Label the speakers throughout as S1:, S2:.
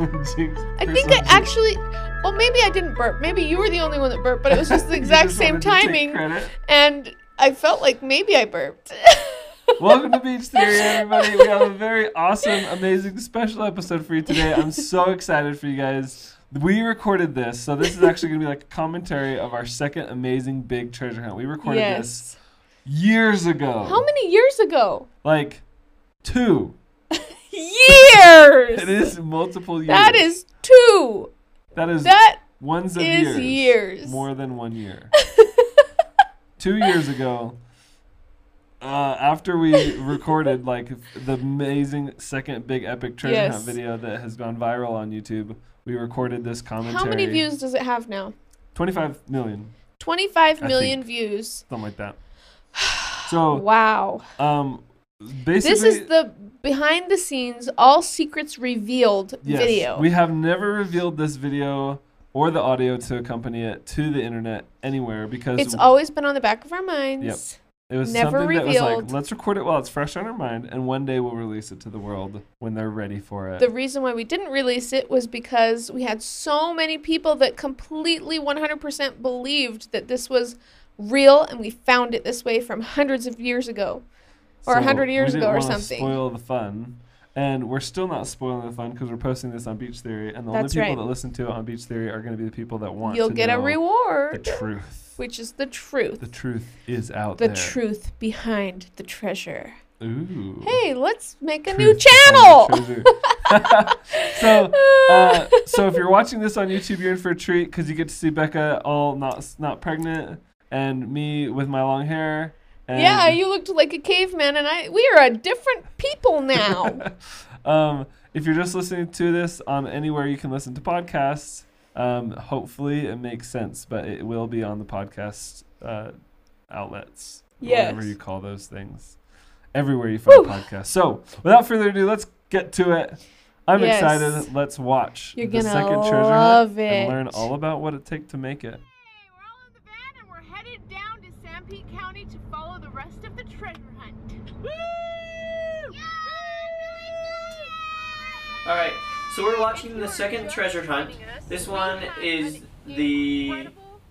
S1: I think I actually. Well, maybe I didn't burp. Maybe you were the only one that burped, but it was just the exact same timing. And I felt like maybe I burped.
S2: Welcome to Beach Theory, everybody. We have a very awesome, amazing, special episode for you today. I'm so excited for you guys. We recorded this, so this is actually going to be like a commentary of our second amazing big treasure hunt. We recorded this
S1: yes.
S2: years ago.
S1: How many years ago?
S2: Like two.
S1: Years.
S2: It is multiple years.
S1: That is two.
S2: that is
S1: That
S2: ones of
S1: is
S2: years.
S1: years.
S2: More than one year. two years ago, uh, after we recorded like the amazing second big epic treasure
S1: Yes.
S2: hunt video that has gone viral on YouTube, we recorded this commentary.
S1: How many views does it have now?
S2: Twenty-five million,
S1: 25
S2: I
S1: million views.
S2: something like that. So,
S1: Wow.
S2: um, basically,
S1: This is the behind the scenes, all secrets revealed
S2: Yes,
S1: video.
S2: We have never revealed this video or the audio to accompany it to the internet anywhere because
S1: it's always been on the back of our minds.
S2: it was
S1: never
S2: something that was like,
S1: revealed.
S2: let's record it while it's fresh on our mind, and one day we'll release it to the world when they're ready for it.
S1: The reason why we didn't release it was because we had so many people that completely 100% believed that this was real and we found it this way from hundreds of years ago. or
S2: So
S1: 100
S2: we
S1: years
S2: didn't
S1: ago or
S2: wanna
S1: something.
S2: Spoil the fun. And we're still not spoiling the fun because we're posting this on Beach Theory, and the
S1: That's
S2: only people
S1: right.
S2: that listen to it on Beach Theory are going to be the people that want
S1: You'll
S2: to
S1: get a
S2: know the
S1: reward,
S2: truth.
S1: which is the truth.
S2: The truth is out
S1: The
S2: there.
S1: truth behind the treasure.
S2: Ooh.
S1: Hey, let's make a new
S2: Truth behind
S1: channel.
S2: the treasure. so, uh, so if you're watching this on YouTube, you're in for a treat because you get to see Becca all not not pregnant and me with my long hair. And,
S1: yeah, you looked like a caveman, and I we are a different people now.
S2: um, if you're just listening to this on anywhere you can listen to podcasts, um, hopefully it makes sense, but it will be on the podcast uh, outlets, whatever
S1: Yes.
S2: you call those things, everywhere you find
S1: Woo.
S2: podcasts. So, without further ado, let's get to it. I'm
S1: Yes.
S2: excited. Let's watch
S1: You're
S2: the
S1: gonna
S2: second treasure
S1: love
S2: hunt and
S1: it.
S2: learn all about what it take to make it.
S3: Hey, we're all in the van and we're headed down to San Pete County to follow the rest of the treasure hunt. Woo!
S4: All right, so we're watching the second treasure hunt. This one is the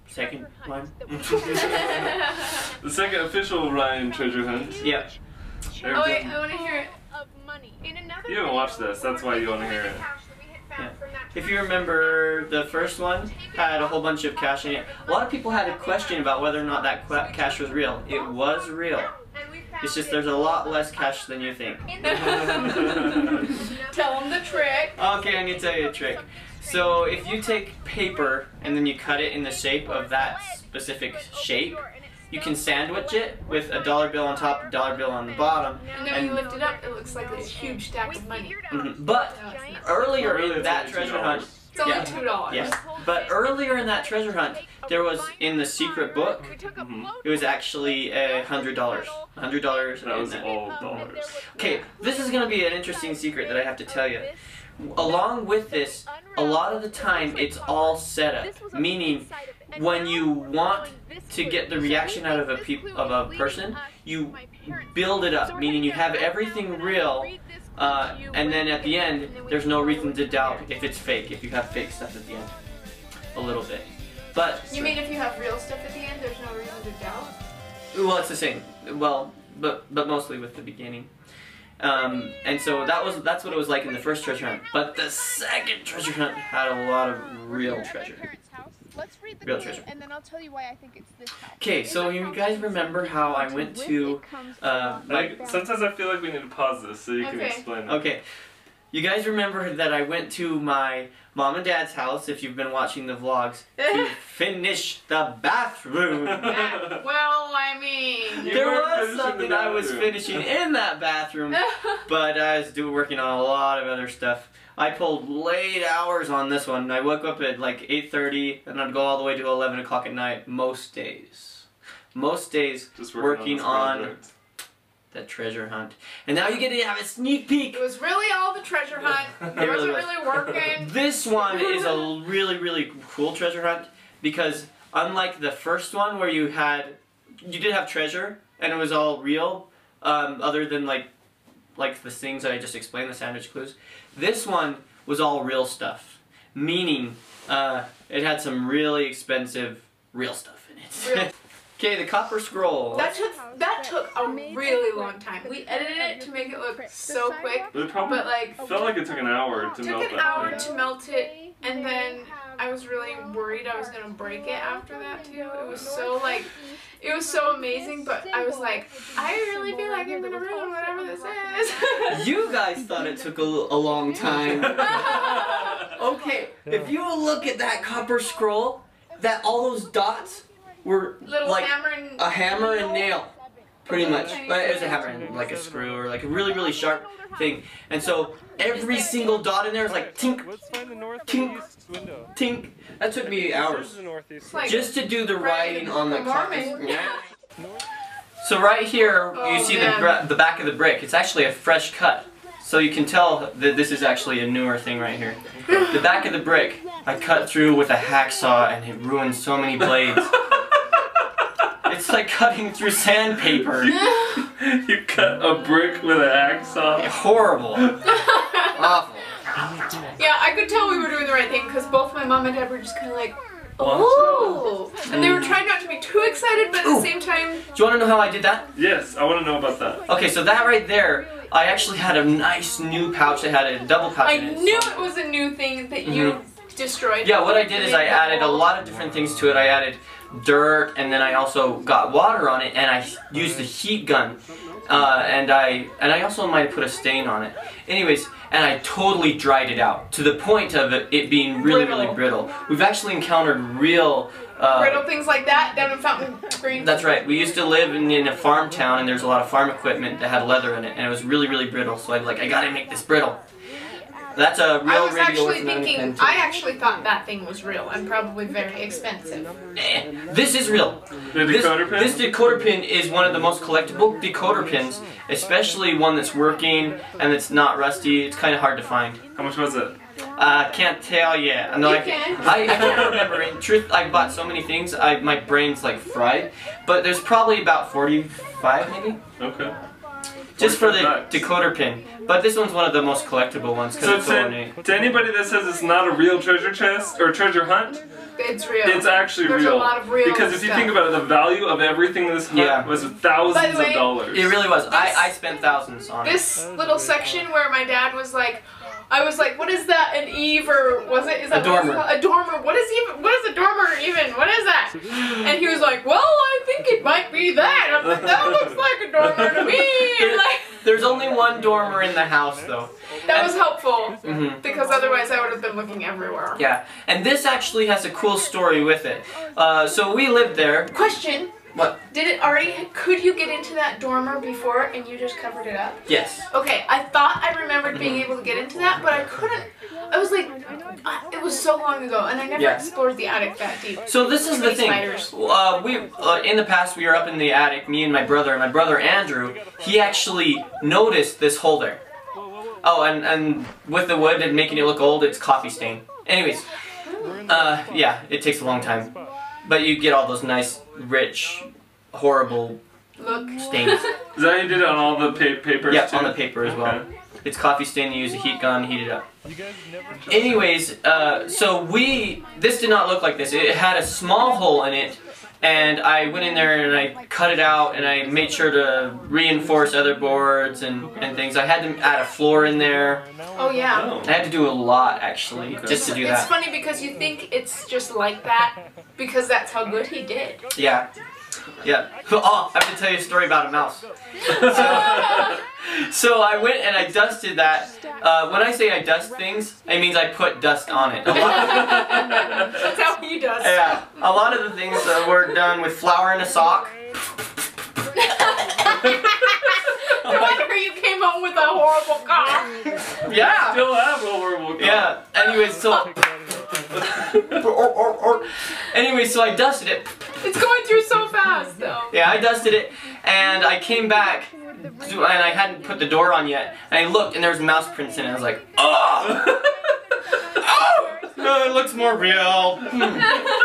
S4: second one.
S2: The second official Ryan treasure hunt.
S4: yep.
S3: Oh, wait, I want to hear it. Of money. In another
S2: You haven't watched this, that's why you wanna hear it.
S4: Yeah. If you remember, the first one had a whole bunch of cash in it. A lot of people had a question about whether or not that qu- cash was real. It was real. It's just there's a lot less cash than you think.
S3: Tell them the trick.
S4: Okay, I'm gonna tell you a trick. So if you take paper and then you cut it in the shape of that specific shape, you can sandwich it with a dollar bill on top, a dollar bill on the bottom.
S3: And then we
S4: And-
S3: lift it up, it looks like this huge stack of money.
S4: Mhm. But
S3: No, it's not.
S4: earlier
S2: Earlier
S4: in that
S2: it's
S4: treasure
S2: $2.
S4: hunt,
S3: It's only
S4: Yeah.
S3: two dollars.
S4: yes. But earlier in that treasure hunt, there was in the secret book,
S3: Mm-hmm.
S4: it was actually a hundred dollars. A hundred dollars. in that. Okay, this is gonna be an interesting secret that I have to tell you. Along with this, a lot of the time it's all setup, meaning when you want to get the reaction out of a peop- of a person, you build it up, meaning you have everything real, uh, and then at the end, there's no reason to doubt if it's fake, if you have fake stuff at the end. A little bit. But,
S3: You mean if you have real stuff at the end, there's no reason to doubt?
S4: well, it's the same. Well, but, but mostly with the beginning. Um, and so that was that's what it was like in the first treasure hunt. But the second treasure hunt had a lot of real treasure.
S3: Let's read the
S4: Real clue, treasure.
S3: and then I'll tell you why I think it's this house.
S4: Okay, so you guys remember how I went to uh, my
S2: sometimes I feel like we need to pause this so you
S3: can Okay.
S2: explain
S4: Okay. You guys remember that I went to my mom and dad's house, if you've been watching the vlogs, to finish the bathroom.
S3: well, I mean.
S4: there
S2: weren't
S4: was
S2: finishing the
S4: something I was
S2: bathroom.
S4: finishing in that bathroom, but I was do, working on a lot of other stuff. I pulled late hours on this one. I woke up at like 8.30 and I'd go all the way to 11 o'clock at night most days. Most days
S2: Just
S4: working on, the treasure hunt. And now you get to have a sneak peek
S3: It was really all the treasure hunt. It wasn't really working.
S4: This one is a really, really cool treasure hunt because unlike the first one where you had, you did have treasure and it was all real, um, other than like, like the things that I just explained, the sandwich clues. This one was all real stuff. meaning uh, it had some really expensive real stuff in
S5: Real.
S4: it. Okay, the Copper Scroll.
S5: That took that took a really long time. We edited it to make it look so quick,
S6: It probably
S5: but like
S6: felt like it took an hour to
S5: Took
S6: melt
S5: an
S6: that
S5: hour
S6: thing.
S5: to melt it, and then I was really worried I was gonna break it after that too. It was so like it was so amazing, but I was like, I really feel like I'm gonna ruin whatever this is.
S4: You guys thought it took a, a long time. Okay, if you will look at that Copper Scroll, that all those dots were
S5: Little
S4: like uh,
S5: hammer and
S4: a hammer and nail, pretty much. But it was a hammer and like a screw or like a really really sharp thing. And so every single dot in there was like tink
S7: Let's find the north and
S4: Tink.
S7: east window.
S4: tink. That took me
S7: This is
S4: hours
S7: the northeast.
S5: Like-
S4: just to do the writing on the copper.
S5: Mormon.
S4: Yeah. So right here, you
S5: Oh,
S4: see the
S5: man.
S4: br- the back of the brick. It's actually a fresh cut, so you can tell that this is actually a newer thing right here. The back of the brick, I cut through with a hacksaw, and it ruined so many blades. it's like cutting through sandpaper.
S6: you cut a brick with an axe off.
S4: Horrible. Awful.
S5: Yeah, I could tell we were doing the right thing because both my mom and dad were just kind of like, oh, and they were trying not to be too excited, but at the
S4: Ooh.
S5: same time,
S4: Do you want to know how I did that?
S6: Yes, I want to know about that.
S4: Okay, so that right there, I actually had a nice new pouch that had a double pouch
S5: I
S4: in it.
S5: knew it was a new thing that you destroyed.
S4: Mm-hmm. Yeah, what I did is I added a lot of different things to it. I added dirt, and then I also got water on it, and I used the heat gun, uh, and I and I also might have put a stain on it. Anyways, and I totally dried it out to the point of it, it being really, really brittle. We've actually encountered real.
S5: brittle
S4: Uh,
S5: things like that down in Fountain Green.
S4: that's right. We used to live in, in a farm town, and there's a lot of farm equipment that had leather in it, and it was really, really brittle. So I'm like, I gotta make this brittle. That's a real
S5: I was
S4: radio
S5: actually
S4: orphan on the
S5: thinking,
S4: pen,
S5: I actually thought that thing was real and probably very expensive.
S4: too. Eh, This is real.
S6: The
S4: this,
S6: decoder pin?
S4: this decoder pin is one of the most collectible decoder pins, especially one that's working and that's not rusty. It's kind of hard to find.
S6: How much was it?
S4: I can't tell yet. No,
S5: You
S4: I
S5: can.
S4: I, I can't remember. In truth, I bought so many things, I, my brain's like fried. But there's probably about 45 maybe?
S6: Okay.
S4: Just for the
S6: 45.
S4: decoder pin. But this one's one of the most collectible ones because
S6: So
S4: it's so ornate.
S6: to, to anybody that says it's not a real treasure chest or treasure hunt,
S5: It's real.
S6: it's actually
S5: There's a
S6: real.
S5: lot of real
S6: because if you
S5: stuff.
S6: think about it, the value of everything in this hunt
S4: Yeah.
S6: was thousands
S5: By the way,
S6: of dollars.
S4: It really was. I, I spent thousands on it.
S5: this little section where my dad was like, I was like, what is that? An eve or was it? Is that
S4: A
S5: what it's
S4: dormer.
S5: called? A dormer. What is even? What is a dormer even? What is that? And he was like, well, I think it might be that. I'm like, that looks like a dormer to me. And like,
S4: There's only one dormer in the house though.
S5: that was helpful
S4: hmm
S5: because otherwise I would have been looking everywhere.
S4: Yeah, and this actually has a cool story with it. Uh, so we lived there.
S5: Question.
S4: What?
S5: Did it already? Could you get into that dormer before, and you just covered it up?
S4: Yes.
S5: Okay, I thought I remembered being able to get into that, but I couldn't. I was like, uh, it was so long ago, and I never
S4: Yeah.
S5: explored the attic that deep.
S4: So this is the thing.
S5: Spiders.
S4: Uh, we uh, in the past we were up in the attic, me and my brother, and my brother Andrew. He actually noticed this hole there. Oh, and and with the wood and making it look old, it's coffee stain. Anyways, uh, yeah, it takes a long time, but you get all those nice, rich, horrible
S5: Look,
S4: stains.
S6: Is that how you did it on all the pa- papers?
S4: Yeah,
S6: too?
S4: on the paper as well.
S6: Okay.
S4: It's coffee stain. You use a heat gun, heat it up.
S7: You guys never
S4: Anyways, uh, so we this did not look like this. It had a small hole in it, and I went in there and I cut it out and I made sure to reinforce other boards and, and things. I had to add a floor in there.
S5: oh yeah.
S6: Oh.
S4: I had to do a lot actually just to do
S5: It's
S4: that.
S5: funny because you think it's just like that because that's how good he did.
S4: Yeah, yeah. Oh, I have to tell you a story about a mouse. So, so I went and I dusted that. Uh, when I say I dust things, it means I put dust on it. A lot-
S5: That's how he does.
S4: Yeah, a lot of the things that were done with flour in a sock.
S5: no wonder you came home with a horrible car.
S4: Yeah.
S6: Still have a horrible copy.
S4: Yeah. Anyways, so
S7: take it out of there.
S4: anyway, so I dusted it.
S5: It's going through so fast though.
S4: Yeah, I dusted it, and I came back, to- and I hadn't put the door on yet. And I looked, and there was mouse prints in it. I was like, oh, oh, no, it looks more real. Hmm.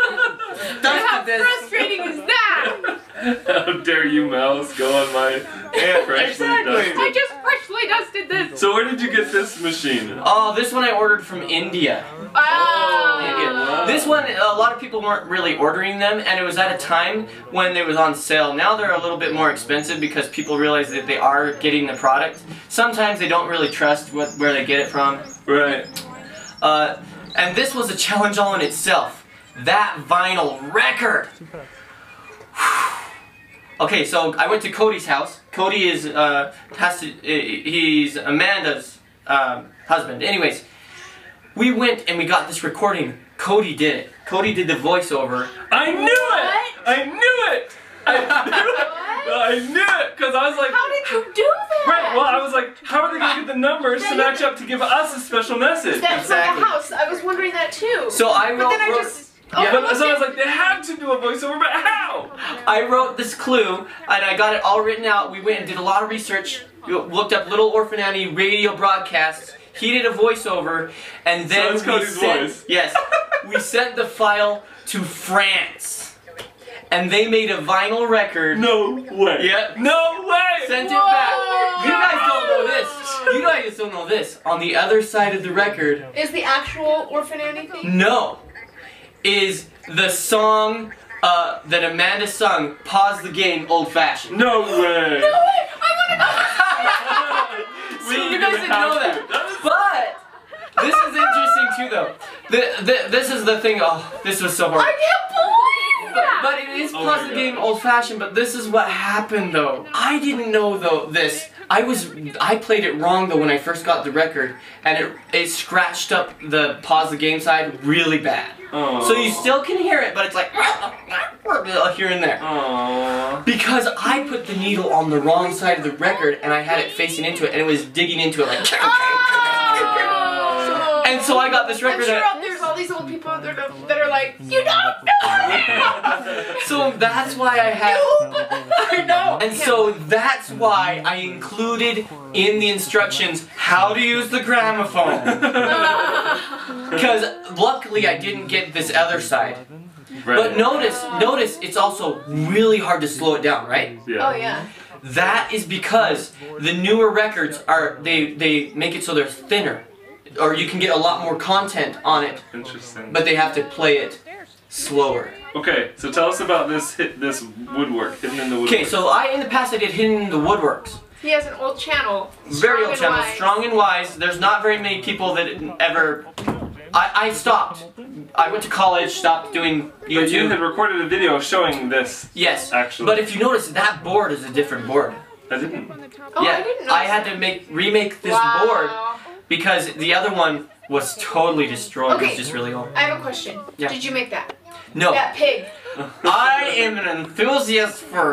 S5: How
S4: Dusted this.
S5: frustrating is that?
S6: How dare you, Mouse, go on my
S4: Yeah,
S6: freshly
S4: exactly.
S5: I just freshly dusted this.
S6: So where did you get this machine?
S4: Oh, this one I ordered from India.
S5: Wow.
S6: yeah.
S4: This one, a lot of people weren't really ordering them, and it was at a time when it was on sale. Now they're a little bit more expensive because people realize that they are getting the product. Sometimes they don't really trust what, where they get it from.
S6: Right.
S4: Uh, and this was a challenge all in itself. That vinyl record. okay, so I went to Cody's house. Cody is uh, has to, uh, he's Amanda's um, husband. Anyways, we went and we got this recording. Cody did it. Cody did the voiceover.
S6: I knew it! I knew it! I knew it! I knew it! Because I was like,
S5: How did you do that?
S6: Right, well, I was like, how are they gonna get the numbers to match up to give us a special message?
S5: That's
S4: Exactly.
S5: from the house. I was wondering that too.
S4: So I wrote.
S5: but then I
S4: wrote-
S5: just.
S4: Yeah,
S5: overlooked
S6: But so I was
S5: it.
S6: like, they had to do a voiceover, but how?
S5: Oh.
S4: I wrote this clue and I got it all written out. We went and did a lot of research, looked up Little Orphan Annie radio broadcasts. He did a voiceover, and
S6: So
S4: then
S6: it's
S4: we
S6: Cody's
S4: sent
S6: voice.
S4: yes, we sent the file to France, and they made a vinyl record.
S6: No way.
S4: Yep.
S6: No way!
S4: Sent it back. You guys don't know this. You guys don't know this. On the other side of the record,
S5: Is the actual orphan Annie thing?
S4: no, is the song uh, that Amanda sung. Pause the game, old fashioned.
S6: no way!
S5: No way! I want
S4: See, you guys didn't know that. But this is interesting too, though. The, the, this is the thing. Oh, this was so
S5: to. I
S4: hard.
S5: can't believe that.
S4: But it is
S6: Oh
S4: plus
S6: my
S4: the game
S6: gosh.
S4: old fashioned. But this is what happened though. I didn't know though this. I was I played it wrong though when I first got the record, and it it scratched up the pause the game side really bad.
S6: Oh.
S4: So you still can hear it, but it's like here and there.
S6: Aww.
S4: Because I put the needle on the wrong side of the record and I had it facing into it and it was digging into it like.
S5: Oh.
S4: And so I got this
S5: I'm
S4: record.
S5: sure
S4: At,
S5: out there's all these old people out there that that are like, you don't know
S4: so that's why I had.
S5: I know.
S4: And so that's why I included in the instructions how to use the gramophone. Because luckily I didn't get this other side. But notice, notice it's also really hard to slow it down, right?
S6: Yeah.
S5: Oh yeah.
S4: That is because the newer records are they they make it so they're thinner, or you can get a lot more content on it,
S6: Interesting.
S4: but they have to play it slower.
S6: okay, so tell us about this hit, this woodwork hidden in the woodwork.
S4: Okay, so I in the past I did Hidden in the Woodworks.
S5: He has an old channel.
S4: Very
S5: Strong
S4: old
S5: and
S4: channel,
S5: Wise.
S4: strong and wise. There's not very many people that ever. I, I stopped. I went to college, stopped doing
S6: But you had
S4: YouTube.
S6: recorded a video showing this.
S4: Yes,
S6: Actually.
S4: But if you notice, that board is a different board.
S6: I didn't.
S5: Oh,
S4: yeah,
S5: I didn't know.
S4: I had to make remake this board
S5: wow.
S4: because the other one was totally destroyed. It
S5: Okay.
S4: was just really old.
S5: I have a question.
S4: Yeah. Oh.
S5: Did you make that?
S4: No,
S5: That pig.
S4: I am an enthusiast for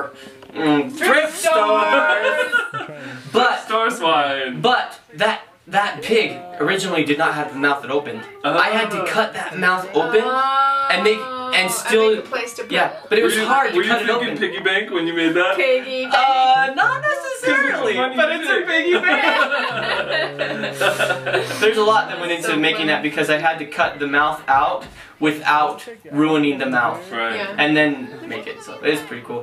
S4: mm, thrift stores. but
S6: Star swine.
S4: But that that pig originally did not have the mouth that opened. I had to cut that mouth open.
S5: and
S4: make- and still-
S5: Oh. make a place to put
S4: Yeah, but it was
S6: were you,
S4: hard
S6: Were
S4: to
S6: you
S4: cut it
S6: thinking
S4: open.
S6: piggy bank when you made that?
S5: piggy.
S4: uh, not necessarily,
S6: Money
S4: but it's a
S6: pig.
S4: piggy bank. There's a lot that went into
S5: So
S4: making that
S5: funny.
S4: because I had to cut the mouth out without ruining the mouth,
S6: Right.
S5: Yeah.
S4: and then make it. So it's pretty cool.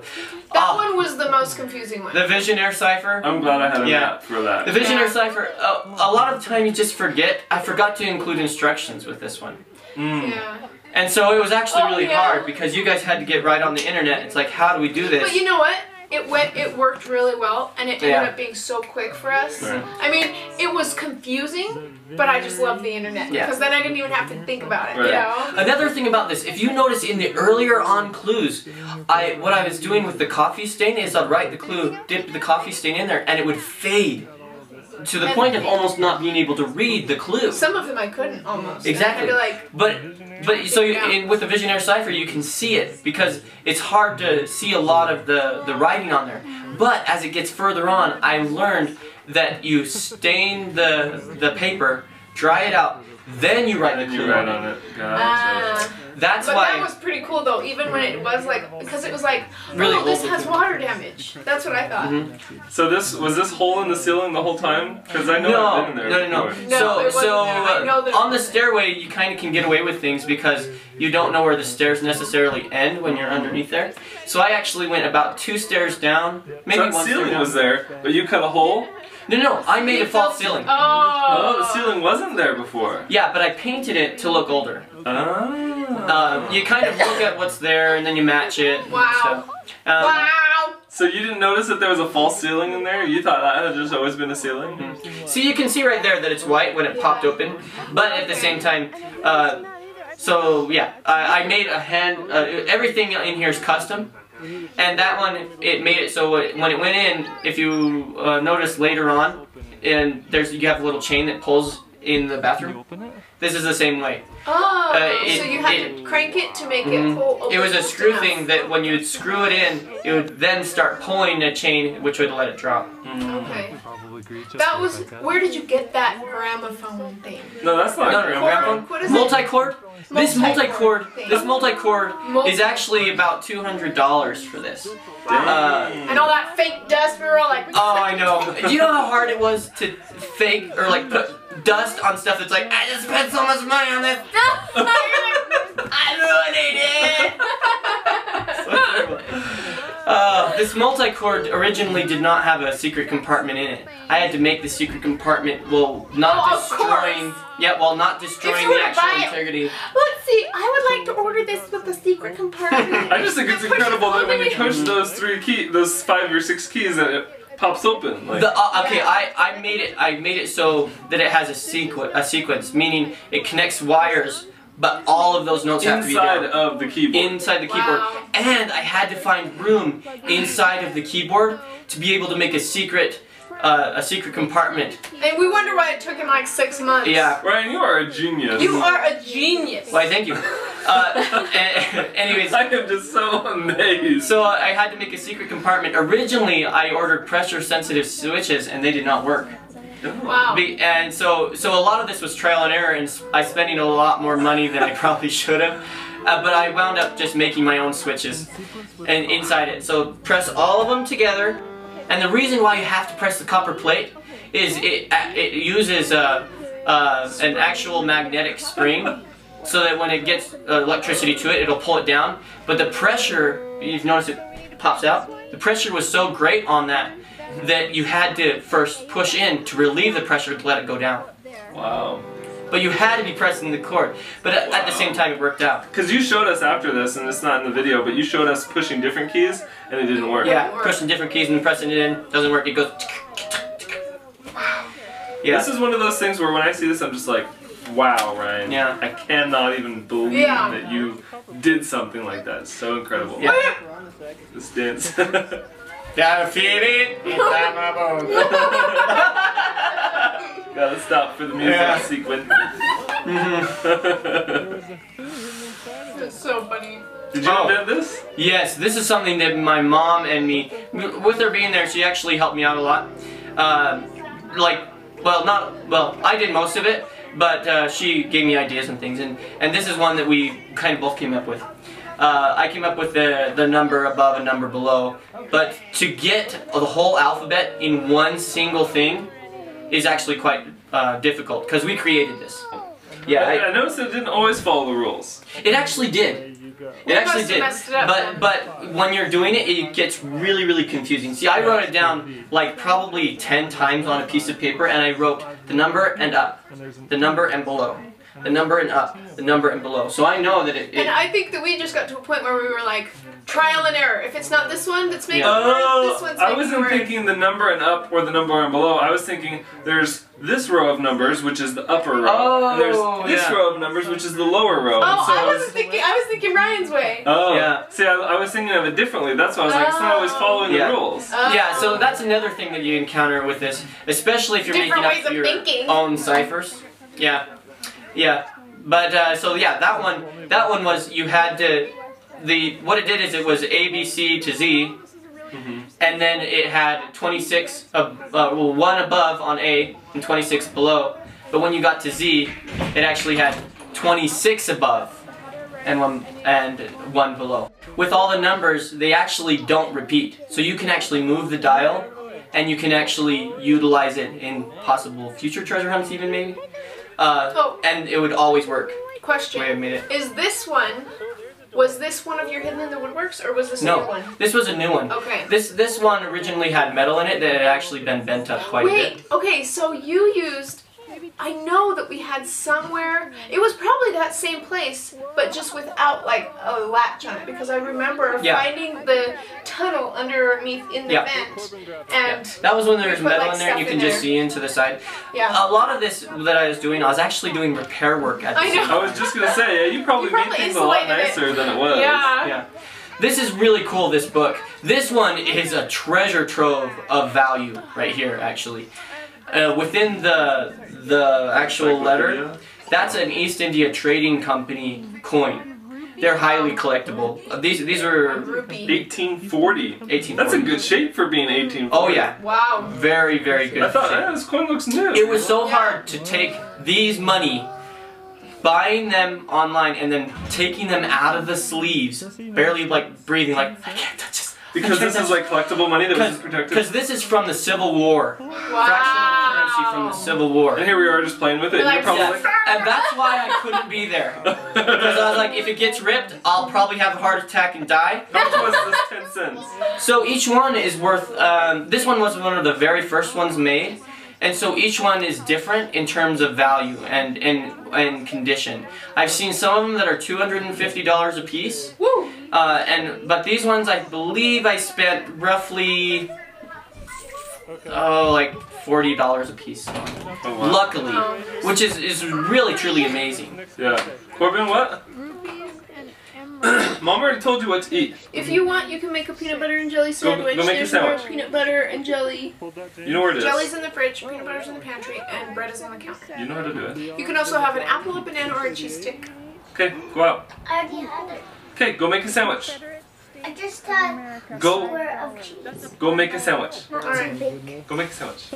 S5: that
S4: Ah,
S5: one was the most confusing one.
S4: the Visionaire Cipher.
S6: I'm glad I had a
S4: Yeah.
S6: map for that.
S4: The Visionaire Cipher. Uh, a lot of time you just forget. I forgot to include instructions with this one.
S5: yeah.
S4: And so it was actually
S5: Oh,
S4: really
S5: yeah.
S4: hard because you guys had to get right on the internet. It's like, how do we do
S5: But
S4: this?
S5: you know what? It went. It worked really well, and it ended
S4: Yeah.
S5: up being so quick for us.
S6: Right.
S5: I mean, it was confusing, but I just love the internet
S4: Yeah.
S5: because then I didn't even have to think about it.
S6: Right.
S5: You know?
S4: Another thing about this, if you notice in the earlier on clues, I what I was doing with the coffee stain is I'd write the clue, dip the coffee stain in there, and it would fade to the point of almost not being able to read the clue.
S5: Some of them I couldn't almost.
S4: Exactly.
S5: I'd be like,
S4: But but so you, in, with the Visionaire Cipher, you can see it because it's hard to see a lot of the the writing on there. But as it gets further on, I learned that you stain the the paper, dry it out, Then you write the
S6: Then
S4: clue
S6: you write
S4: on
S6: on
S4: it.
S6: it.
S5: Ah.
S6: Gotcha.
S4: That's
S5: But
S4: why.
S5: that was pretty cool though, even when it was like, because it was like,
S4: Really
S5: oh, this
S4: old
S5: has
S4: looking.
S5: water damage. That's what I thought.
S4: Mhm.
S6: so this was this hole in the ceiling the whole time? Because I know I've been in there.
S4: no, no, no.
S6: before.
S5: No,
S4: so,
S5: it wasn't
S4: so
S5: there. I know
S4: uh,
S5: that it
S4: on the
S5: wasn't.
S4: stairway, you kind of can get away with things because you don't know where the stairs necessarily end when you're underneath there. So I actually went about two stairs down, maybe
S6: so
S4: one
S6: the
S4: stair
S6: ceiling
S4: down.
S6: was there, but you cut a hole.
S4: No, no, I made
S5: You
S4: a false
S5: built-
S4: ceiling.
S5: Oh.
S6: Oh, the ceiling wasn't there before.
S4: Yeah, but I painted it to look older.
S6: Ah.
S4: Um, you kind of look at what's there and then you match it. and
S5: Wow.
S4: stuff. Um,
S5: Wow.
S6: So you didn't notice that there was a false ceiling in there? You thought that had just always been a ceiling?
S4: So you can see right there that it's white when it popped open, but at the same time, uh, so yeah, I, I made a hand. Uh, everything in here is custom, and that one it made it so it, when it went in, if you uh, notice later on, and there's you have a little chain that pulls in the bathroom. This is the same way.
S5: Oh.
S4: Uh, it-
S5: so you had to
S4: it-
S5: crank it to make
S4: Mhm.
S5: it pull open.
S4: It was a
S5: just
S4: screw
S5: enough.
S4: thing that when you'd screw it in, it would then start pulling a chain, which would let it drop.
S5: Okay. That was. Where did you get that gramophone thing?
S6: No, that's not
S4: No,
S6: a
S4: no, no,
S6: gramophone.
S4: gramophone.
S5: What is it?
S4: Multi-cord. This multi-cord.
S5: Multi-cord
S4: This
S5: thing.
S4: multi-cord is
S5: Multi-
S4: actually about two hundred dollars for this.
S6: Dang.
S5: And all that fake dust. We were all like.
S6: Uh,
S4: Oh, I know. You know how hard it was to fake or like put dust on stuff that's like I just spent so much money on this. I ruined it. So terrible. Uh, this multi-cord originally did not have a secret compartment in it. I had to make the secret compartment while not
S5: Oh, of
S4: destroying,
S5: course.
S4: yeah, while not destroying
S5: were
S4: the
S5: to buy
S4: actual
S5: it-
S4: integrity.
S5: Let's see. I would like to order this with the secret compartment.
S6: I just think it's
S5: That pushes
S6: incredible that when you
S5: open it-
S6: push
S4: Mm-hmm.
S6: those three key, those five or six keys, that it pops open. Like,
S4: The, uh, okay, I, I made it I made it so that it has a sequ- a sequence, meaning it connects wires, but all of those notes have to be
S6: inside
S4: down.
S6: of the keyboard.
S4: inside the keyboard.
S5: Wow.
S4: And I had to find room inside of the keyboard to be able to make a secret uh, a secret compartment.
S5: And we wonder why it took him like six months.
S4: Yeah.
S6: Ryan, you are a genius.
S5: You are a genius.
S4: Why thank you. Uh, a- anyways,
S6: I am just so amazed.
S4: so I had to make a secret compartment. Originally, I ordered pressure sensitive switches and they did not work.
S5: Wow.
S4: Be, and so, so a lot of this was trial and error, and s- I spending a lot more money than I probably should have. Uh, but I wound up just making my own switches, and inside it. So press all of them together, and the reason why you have to press the copper plate is it uh, it uses uh, uh, an actual magnetic spring, so that when it gets uh, electricity to it, it'll pull it down. But the pressure, you've noticed it pops out. The pressure was so great on that that you had to first push in to relieve the pressure to let it go down.
S6: Wow.
S4: But you had to be pressing the cord. But at, at the same time, it worked out.
S6: Because you showed us after this, and it's not in the video, but you showed us pushing different keys, and it didn't work.
S4: Yeah,
S5: work.
S4: pressing different keys and pressing it in doesn't work. It goes. Yeah.
S6: This is one of those things where when I see this, I'm just like, wow, Ryan.
S4: Yeah.
S2: Oh,
S6: I cannot even believe
S5: Yeah.
S6: that you did something like that. It's so incredible.
S4: Yeah.
S6: This dance.
S4: Gotta feel it inside my bones.
S6: Gotta stop for the music
S4: Yeah.
S6: sequence.
S5: It's so funny.
S6: Did you
S4: Oh.
S6: invent this?
S4: Yes, this is something that my mom and me, with her being there, she actually helped me out a lot. Uh, like, well, not well, I did most of it, but uh, she gave me ideas and things, and and this is one that we kind of both came up with. Uh, I came up with the the number above and number below, but to get the whole alphabet in one single thing is actually quite uh, difficult because we created this. Yeah, I-
S6: I, I noticed it didn't always follow the rules.
S4: it actually did. It actually
S5: must have
S4: did.
S5: messed it up
S4: but
S5: then.
S4: but when you're doing it, it gets really really confusing. See, I wrote it down like probably ten times on a piece of paper, and I wrote the number and up, the number and below, the number and up, the number and below. So I know that it.
S5: And
S4: it
S5: I think that we just got to a point where we were like, trial and error. If it's not this one that's making
S4: Yeah.
S5: it work, this
S6: Oh,
S5: one's
S6: I
S5: making it
S6: wasn't
S5: work.
S6: thinking the number and up or the number and below. I was thinking there's this row of numbers, which is the upper row.
S4: Oh,
S6: and there's this
S4: yeah.
S6: row of numbers, which is the lower row.
S5: Oh,
S6: and so
S5: I
S6: I was-
S5: wasn't thinking. I was thinking Ryan's way.
S6: Oh,
S4: Yeah. Oh.
S6: See, I, I was thinking of it differently. That's why I was like, it's not always following
S4: Yeah.
S6: the rules.
S5: Oh.
S4: yeah, so that's another thing that you encounter with this, especially if you're
S5: Different
S4: making
S5: ways
S4: up
S5: of
S4: your
S5: thinking.
S4: own ciphers. Yeah, yeah. But uh, so yeah, that one, that one was you had to, the what it did is it was A B C to Z, and then it had 26 ab- uh, well, one above on A and 26 below. But when you got to Z, it actually had 26 above and one and one below. With all the numbers, they actually don't repeat. So you can actually move the dial and you can actually utilize it in possible future treasure hunts even maybe. Uh,
S5: Oh,
S4: and it would always work. The way I
S5: question.
S4: made it.
S5: Is this one, was this one of your Hidden in the Woodworks or was this a new
S4: No,
S5: one?
S4: this was a new one.
S5: Okay.
S4: This this one originally had metal in it that had actually been bent up quite a bit.
S5: Wait, okay, so you used. I know that we had somewhere. It was probably that same place, but just without like a latch on it, because I remember
S4: Yeah.
S5: finding the tunnel underneath in the
S4: Yeah.
S5: vent,
S4: Yeah.
S5: and
S4: That was when there
S5: You
S4: was
S5: put,
S4: metal
S5: like,
S4: in there and you
S5: stuff
S4: can
S5: in
S4: just
S5: there.
S4: see into the side.
S5: yeah,
S4: A lot of this that I was doing, I was actually doing repair work at the
S5: I
S4: same
S5: know.
S6: I was just gonna say, yeah, you probably,
S5: You probably
S6: made things a lot
S5: insulated it.
S6: nicer than it was.
S5: yeah.
S4: Yeah. This is really cool, this book. This one is a treasure trove of value right here, actually. Uh, within the the actual letter, that's an East India Trading Company coin. They're highly collectible. Uh, These these were
S5: rupee.
S6: 1840.
S4: 18.
S6: That's in good shape for being 1840.
S4: Oh yeah,
S5: Wow.
S4: very very
S6: I
S4: good.
S6: thought,
S4: shape.
S6: yeah, this coin looks new.
S4: It was so hard to take these money, buying them online, and then taking them out of the sleeves, barely like breathing, like I can't touch this.
S6: because this is like collectible money that was just protected.
S4: Because this is from the Civil War. Fractional currency from the
S5: Wow.
S4: Civil War.
S6: And here we are just playing with it. And you're
S5: Like,
S6: probably
S4: Yeah.
S6: like,
S4: And that's why I couldn't be there. Because I was like, if it gets ripped, I'll probably have a heart attack and die.
S6: how much was this 10 cents?
S4: So each one is worth, um, this one was one of the very first ones made. And so each one is different in terms of value and, and, and condition. I've seen some of them that are $250 a piece.
S5: Woo.
S4: Uh, and but these ones, I believe I spent roughly, oh, like $40 a piece.
S6: Oh, wow.
S4: Luckily,
S5: Um,
S4: which is, is really, truly amazing.
S6: Yeah. Corbin, what?
S3: Rubies and emeralds.
S6: Mom already told you what to eat.
S5: If you want, you can make a peanut butter and jelly
S6: Go- go make
S5: sandwich.
S6: your
S5: There's
S6: sandwich.
S5: more peanut butter and jelly.
S6: You know where it is.
S5: Jelly's in the fridge, peanut butter's in the pantry, and bread is on the counter.
S6: You know how to do it.
S5: You can also have an apple, a banana, or a cheese stick.
S6: Okay, go out.
S8: I have the other.
S6: Okay, go make a sandwich.
S8: I just got
S6: Go,
S8: square of cheese.
S6: go make a sandwich.
S5: Alright.
S6: Go make a sandwich.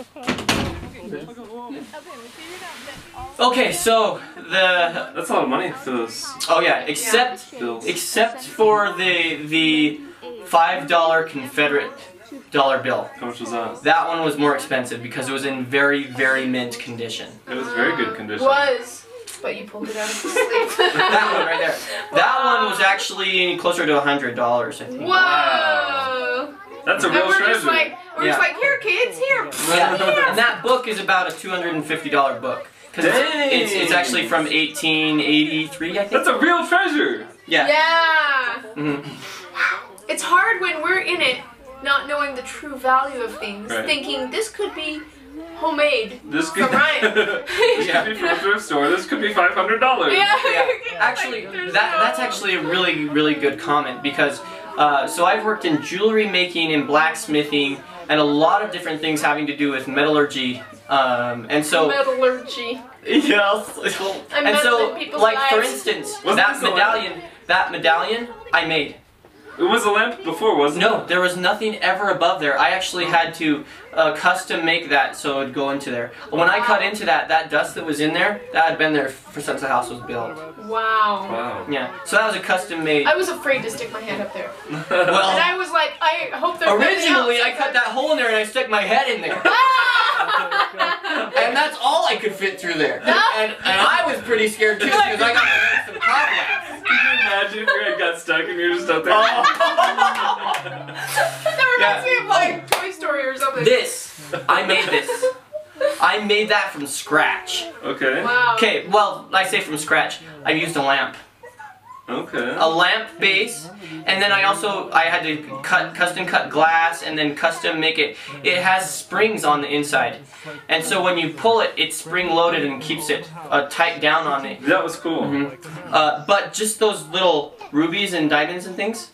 S4: Okay, so the
S6: That's a lot of money for those
S4: oh yeah, except
S6: bills.
S4: except for the the five dollar Confederate dollar bill.
S6: How much was that?
S4: That one was more expensive because it was in very very mint condition.
S6: It was very good condition.
S5: Was, but you pulled it out of the
S4: That
S5: sleeve.
S4: one right there. That one was actually closer to a hundred dollars. I think.
S5: Whoa!
S6: That's a
S5: And
S6: real
S5: we're
S6: treasure.
S5: just like, we're just
S4: Yeah.
S5: like, here, kids, here.
S4: Yeah. And that book is about a two hundred and fifty dollar book because
S6: Dang.
S4: it's, it's actually from eighteen eighty three. I think.
S6: That's a real treasure.
S4: Yeah.
S5: Yeah.
S4: Mhm.
S5: It's hard when we're in it, not knowing the true value of things,
S6: Right.
S5: thinking this could be homemade.
S6: This could,
S5: Right.
S6: this
S4: Yeah.
S6: could be from a thrift store. This could be five hundred dollars.
S5: Yeah.
S4: Actually,
S5: Like, there's
S4: that,
S5: no-
S4: that's actually a really, really good comment because uh, so I've worked in jewelry making and blacksmithing and a lot of different things having to do with metallurgy. Um, and so,
S5: metallurgy.
S4: yes.
S5: I'm
S4: And so,
S5: meddling people's
S4: like for
S5: lives.
S4: instance,
S6: Wasn't
S4: that
S6: this the
S4: medallion, that medallion I made.
S6: It was a lamp before, wasn't
S4: No, there was nothing ever above there. I actually had to uh, custom make that so it would go into there. When I cut into that, that dust that was in there, that had been there for since the house was built.
S6: it?
S5: Wow.
S6: Wow.
S4: Yeah. So that was a custom made.
S5: I was afraid to stick my hand up there.
S4: Well,
S5: And I was like, I hope there's
S4: Um,
S5: nothing
S4: Originally,
S5: else.
S4: I cut that hole in there and I stuck my head in there.
S5: Ah,
S4: and that's all I could fit through there. And, and I was pretty scared too because I got some cobwebs.
S6: Could you imagine if your head got stuck and you're just out there?
S5: That reminds
S4: Yeah.
S5: me of like Toy Story or something.
S4: This, I made this. I made that from scratch.
S6: Okay.
S5: Wow.
S4: Okay, well, I say from scratch. I used a lamp,
S6: Okay.
S4: a lamp base, and then I also I had to cut custom cut glass and then custom make it. It has springs on the inside, and so when you pull it, it's spring loaded and keeps it uh, tight down on it. Mm-hmm.
S6: That was cool.
S4: Mhm. Uh, but just those little rubies and diamonds and things,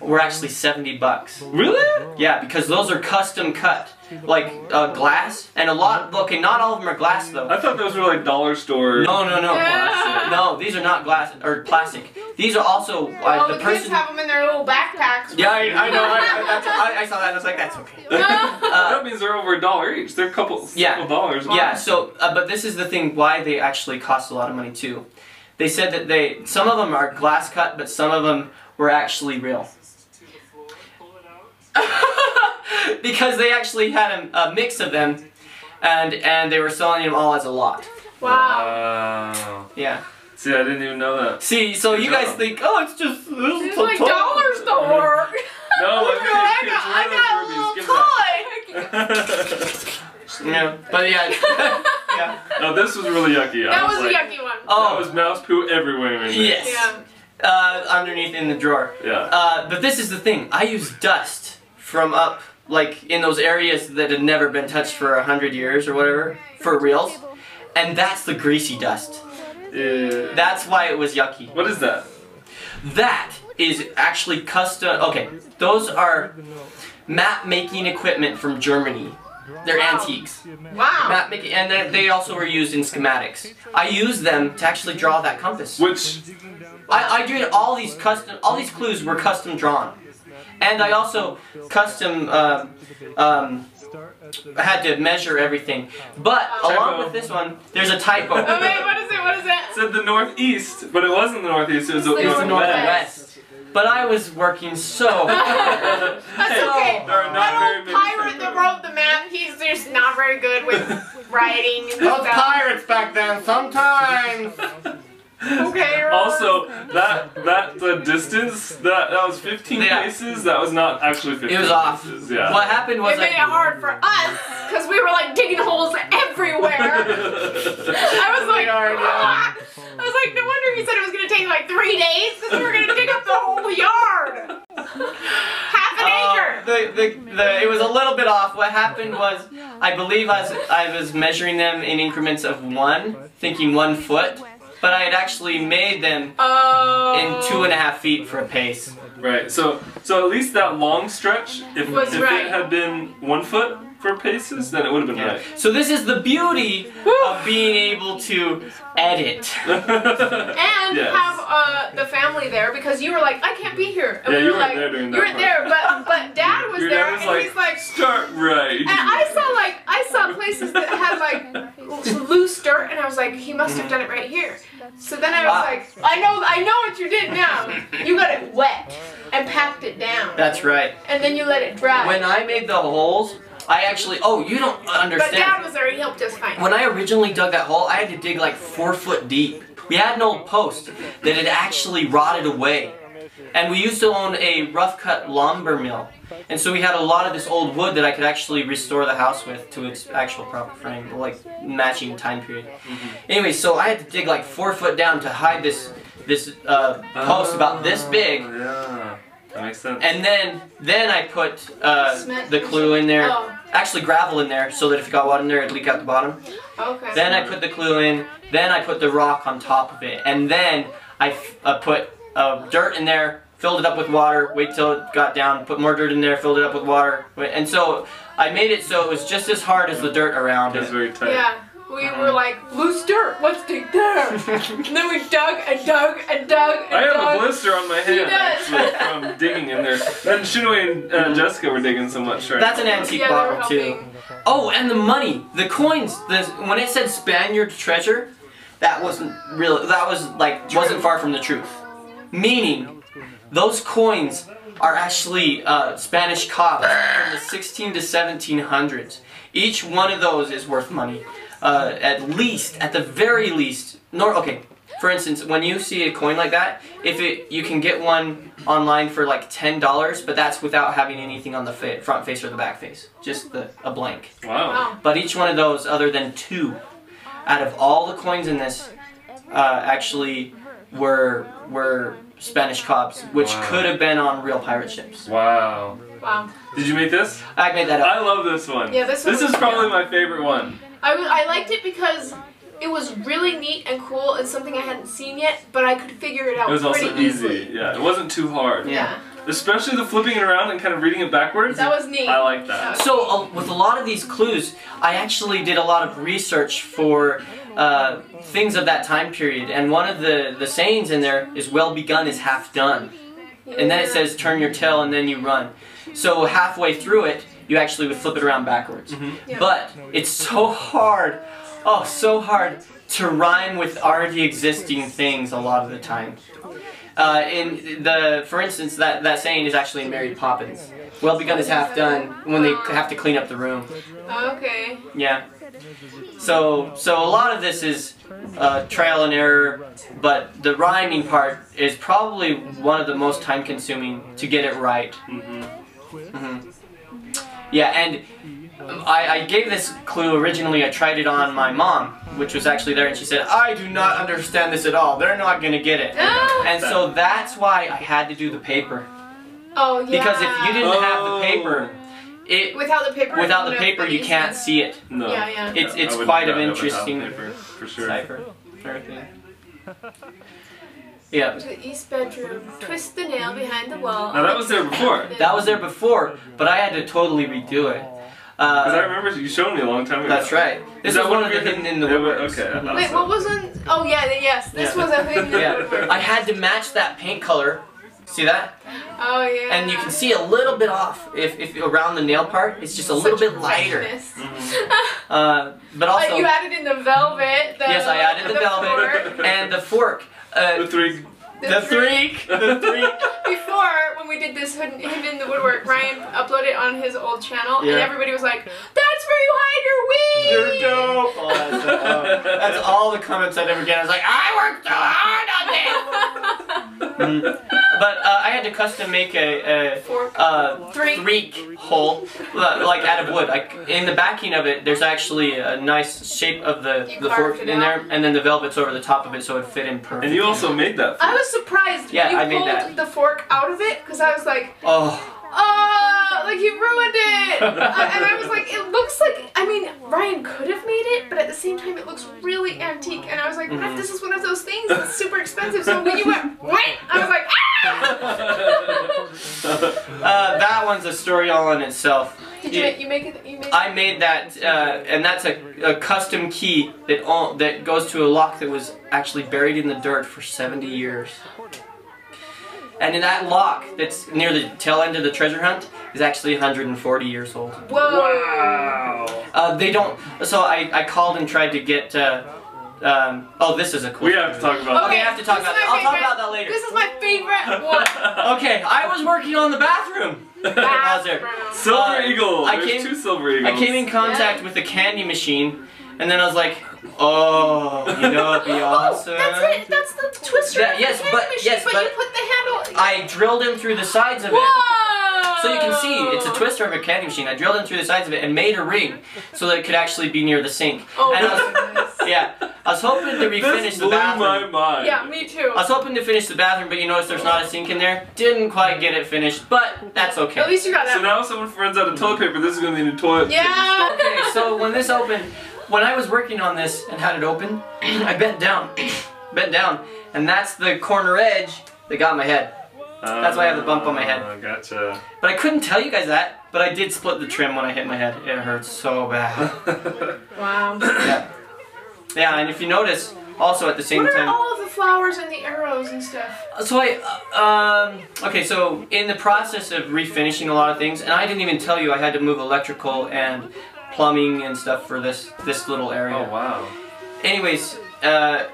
S4: were actually 70 bucks.
S6: Really?
S4: Yeah, because those are custom cut, like uh, glass, and a lot. Okay, not all of them are glass though.
S6: I thought those were like dollar store.
S4: No, no, no.
S5: Yeah.
S4: No, these are not glass or plastic. These are also uh,
S5: All
S4: the
S5: the kids
S4: person.
S5: Oh, have them in their little backpacks.
S4: Yeah, I, I know. I, I, that's, I, I saw that. and I was like, that's okay. Uh,
S6: that means they're over a dollar each. They're a couple,
S4: Yeah.
S6: couple dollars.
S4: yeah. So, uh, but this is the thing. Why they actually cost a lot of money too. They said that they some of them are glass cut, but some of them were actually real. because they actually had a, a mix of them, and and they were selling them all as a lot.
S5: Wow.
S6: Wow.
S4: Yeah.
S6: See, I didn't even know that.
S4: See, so you guys think, oh, it's just
S5: This
S4: it's
S5: is like dollar store. Oh
S6: No, let me
S5: I
S6: kids
S5: got,
S6: wear those rubies. Give
S5: I got a little toy.
S6: that.
S4: Yeah, but yeah, yeah.
S6: no, this was really yucky. I
S5: That was
S6: like,
S5: a yucky one.
S6: That
S4: Oh,
S6: was mouse poo everywhere in there.
S4: Yes.
S5: Yeah.
S4: uh, underneath in the drawer.
S6: Yeah.
S4: Uh, but this is the thing. I use dust from up, like in those areas that had never been touched for a hundred years or whatever, for reals. And that's the greasy dust.
S6: Yeah.
S4: That's why it was yucky.
S6: What is that?
S4: That is actually custom. Okay, those are map making equipment from Germany. They're
S5: Wow.
S4: antiques.
S5: Wow.
S4: Map making, and they- they also were used in schematics. I used them to actually draw that compass.
S6: Which
S4: I, I did all these custom, all these clues were custom drawn, and I also custom um, um, had to measure everything. But along with this one, there's a typo.
S5: Oh, wait, what is it? What is it?
S6: said the northeast, but it wasn't the northeast. It was the, it was the west.
S4: Northwest. But I was working so. hard.
S5: That's
S4: So-
S5: okay.
S6: There are not
S5: That
S6: very
S5: old
S6: many
S5: pirate that
S6: separate-
S5: wrote the map, he's just not very good with writing and
S4: Those
S5: stuff.
S4: pirates back then, sometimes.
S5: Okay, Ron.
S6: Also, that that the distance that that was 15
S4: Yeah.
S6: places. That was not actually 15.
S4: It was off.
S6: Places. Yeah.
S4: What happened was
S5: It made it
S4: I,
S5: hard for us because we were like digging holes everywhere. I was like, "Ah." I was like, no wonder he said it was gonna take like three days because we were gonna dig up the whole yard, half an
S6: Oh,
S4: uh,
S5: acre.
S4: the, the, the, it was a little bit off. What happened was, I believe I was, I was measuring them in increments of one, thinking one foot, but I had actually made them
S5: Oh.
S4: in two and a half feet for a pace.
S6: Right. So so at least that long stretch, if,
S5: Was
S6: if
S5: right.
S6: it had been one foot for paces, then it would have been
S4: Yeah. So this is the beauty of being able to edit.
S6: right.
S5: and
S6: Yes.
S5: have uh, the family there because you were like, I can't be here. And
S6: Yeah,
S5: we
S6: you
S5: were
S6: weren't
S5: like,
S6: there during
S5: You
S6: that
S5: were there, but but dad was
S6: Your
S5: there,
S6: dad was
S5: and
S6: like,
S5: he's like,
S6: start right.
S5: and I saw like I saw places that had like l- loose dirt, and I was like, he must have done it right here. So then I was
S4: Ah.
S5: like, I know, I know what you did now. You got it wet and packed it down,
S4: That's right.
S5: and then you let it dry.
S4: When I made the holes, I actually. Oh, you don't
S5: but
S4: understand.
S5: dad was there, he helped us find. it.
S4: When I originally dug that hole, I had to dig like four foot deep. We had an old post that had actually rotted away. And we used to own a rough cut lumber mill. And so we had a lot of this old wood that I could actually restore the house with to its actual proper frame, like matching time period. Anyway, so I had to dig like four foot down to hide this this uh, post about this big.
S6: Oh, Yeah. That makes sense.
S4: And then then I put uh,
S5: Cement.
S4: the glue in there,
S5: Oh.
S4: actually gravel in there, so that if it got water in there, it'd leak out the bottom.
S5: okay.
S4: Then I put the glue in. Then I put the rock on top of it, and then I f- uh, put uh, dirt in there, filled it up with water. Wait till it got down. Put more dirt in there, filled it up with water, wait- and so I made it so it was just as hard as the dirt around
S6: That's
S4: it.
S6: very tight.
S5: yeah. We were like, loose dirt, let's dig there. and then we dug and dug and dug and
S6: I have
S5: dug.
S6: a blister on my hand
S5: does.
S6: actually, from digging in there. Then Shinoi and uh, Jessica were digging so much, right?
S4: That's an antique
S5: yeah, they were
S4: bottle
S5: helping.
S4: too. Oh, and the money, the coins. The when it said Spaniard treasure, that wasn't real. That was like wasn't far from the truth. Meaning, those coins are actually uh, Spanish cobs from the 16 to 1700s. Each one of those is worth money. Uh, at least, at the very least, nor okay. For instance, when you see a coin like that, if it you can get one online for like ten dollars, but that's without having anything on the fa- front face or the back face, just the, a blank.
S6: Wow.
S5: Wow.
S4: But each one of those, other than two, out of all the coins in this, uh, actually were were Spanish cobs, which
S6: Wow.
S4: could have been on real pirate ships.
S6: Wow.
S5: Wow.
S6: Did you make this?
S4: I made that up.
S6: I love this one.
S5: Yeah, this one
S6: This
S5: was-
S6: is probably my favorite one.
S5: I, w- I liked it because it was really neat and cool and something I hadn't seen yet, but I could figure it out
S6: It was also
S5: pretty
S6: easy.
S5: easily.
S6: Yeah, it wasn't too hard.
S5: Yeah.
S6: Especially the flipping it around and kind of reading it backwards.
S5: That was neat.
S6: I like that.
S4: So uh, with a lot of these clues, I actually did a lot of research for uh, things of that time period, and one of the the sayings in there is "Well begun is half done," and then it says "Turn your tail and then you run." So halfway through it, you actually would flip it around backwards.
S5: Yeah.
S4: But it's so hard, oh, so hard to rhyme with already existing things a lot of the time. Uh, in the, for instance, that, that saying is actually in Mary Poppins. Well begun is half done when they have to clean up the room.
S5: okay.
S4: Yeah. So so a lot of this is uh, trial and error, but the rhyming part is probably one of the most time consuming to get it right.
S6: hmm
S4: hmm Yeah, and I, I gave this clue originally. I tried it on my mom, which was actually there, and she said, "I do not understand this at all. They're not gonna get it." And so that's why I had to do the paper
S5: Oh yeah.
S4: because if you didn't have the
S6: Oh.
S4: paper, it
S5: without the paper,
S4: without the
S5: no,
S4: paper you
S5: it's
S4: can't
S5: not-
S4: see it.
S6: No.
S5: Yeah, yeah.
S4: It's-
S6: Yeah,
S4: it's
S6: I wouldn't
S4: quite an
S6: have done it without
S4: interesting
S6: paper, for sure.
S4: cipher. Sure thing. Yeah,
S5: To the east bedroom. Twist the nail behind the wall.
S6: Now that was there before.
S4: that was there before, but I had to totally redo it.
S6: Because I
S4: Uh,
S6: remember you showed me a long time ago.
S4: that's right. This is
S6: that
S4: one of the
S6: your
S4: hidden in the
S6: yeah, but-
S4: woodworks.
S6: Okay. I thought
S5: Wait,
S6: so.
S5: what was on? Oh yeah, the- yes. This
S4: Yeah.
S5: was a thing. that
S4: Yeah,
S5: worked.
S4: I had to match that paint color. See that?
S5: Oh yeah.
S4: And you can see a little bit off if, if around the nail part. It's just a little
S5: Such
S4: bit lighter.
S5: freshness.
S6: Mm-hmm.
S4: Uh, but
S5: But
S4: also,
S5: you added in the velvet. The,
S4: yes, I added the
S5: fork.
S4: velvet and the fork.
S6: The
S4: Uh,
S6: three.
S4: the three, the three.
S5: Before, when we did this hidden, hidden in the woodwork, Ryan uploaded it on his old channel,
S4: Yeah.
S5: and everybody was like, "That's where you hide your weed."
S4: dope. Oh, that's, uh, that's all the comments I'd ever get. I was like, I worked so hard on this. Mm. but uh, I had to custom make a,
S5: Fork.
S4: a, a
S5: Three.
S4: threak hole, li- like out of wood. Like in the backing of it, there's actually a nice shape of the,
S5: You
S4: the fork
S5: carved it
S4: in there, and then the velvet's over the top of it, so it fit in perfect.
S6: And you also made that.
S5: I was surprised
S4: Yeah,
S5: when you
S4: I made
S5: pulled
S4: that.
S5: the fork out of it because I was like,
S4: oh,
S5: oh, like you ruined it. Uh, and I was like, it looks like, I mean, Ryan could have made it, but at the same time, it looks really antique. And I was like, what if this is one of those things that's super expensive? So when you went, what? I was like, ah!
S4: uh, that one's a story all in itself.
S5: Did you
S4: Yeah.
S5: make, you make it? You made
S4: I made that, uh, and that's a, a custom key that all, that goes to a lock that was actually buried in the dirt for 70 years. And in that lock that's near the tail end of the treasure hunt is actually 140 years old.
S5: Whoa.
S6: wow.
S4: Uh, they don't. So I, I called and tried to get. Uh, um, oh, this is a cool.
S6: We have to talk about.
S4: Okay, I have to talk
S5: this is
S4: about that.
S5: my
S4: I'll talk
S5: favorite-
S4: about that later.
S5: This is my favorite one.
S4: Okay, I was working on the bathroom. Bowser.
S5: Bathroom.
S6: Silver
S4: Uh,
S6: Eagle.
S4: I
S6: There's
S4: came-
S6: two Silver Eagles.
S4: I came in contact with the candy machine, and then I was like, oh, you know, it'd be awesome.
S5: Oh, that's it. That's the twister.
S4: That-
S5: of the
S4: yes,
S5: candy
S4: but-
S5: machine,
S4: yes,
S5: but, you
S4: but-
S5: put the handle.
S4: I drilled in through the sides of it.
S5: Whoa!
S4: So you can see, it's a twister of a candy machine. I drilled in through the sides of it and made a ring so that it could actually be near the sink.
S5: Oh,
S4: and I
S5: my
S4: was,
S5: goodness.
S4: yeah, I was hoping to
S6: This
S4: refinish the
S6: blew my
S4: bathroom.
S6: mind.
S5: yeah, me too.
S4: I was hoping to finish the bathroom, but you notice there's not a sink in there. Didn't quite get it finished, but that's okay.
S5: At least you got that.
S6: So now if someone runs out of toilet paper, this is going to be a new toilet.
S5: yeah.
S4: okay, so when this opened, when I was working on this and had it open, I bent down, bent down, and that's the corner edge that got my head. That's why I have the bump on my head.
S6: Uh, Gotcha.
S4: But I couldn't tell you guys that. But I did split the trim when I hit my head. It hurts so bad.
S5: Wow.
S4: Yeah, and if you notice, also at the same
S5: What are
S4: time.
S5: all of the flowers and the arrows and stuff?
S4: So I, um, okay, so in the process of refinishing a lot of things, and I didn't even tell you I had to move electrical and plumbing and stuff for this this little area.
S6: Oh wow.
S4: Anyways, uh,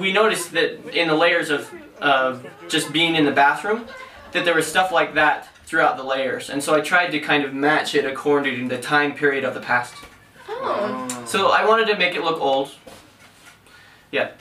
S4: we noticed that in the layers of uh, just being in the bathroom, that there was stuff like that throughout the layers, and so I tried to kind of match it according to the time period of the past.
S5: Oh.
S4: So I wanted to make it look old. Yeah.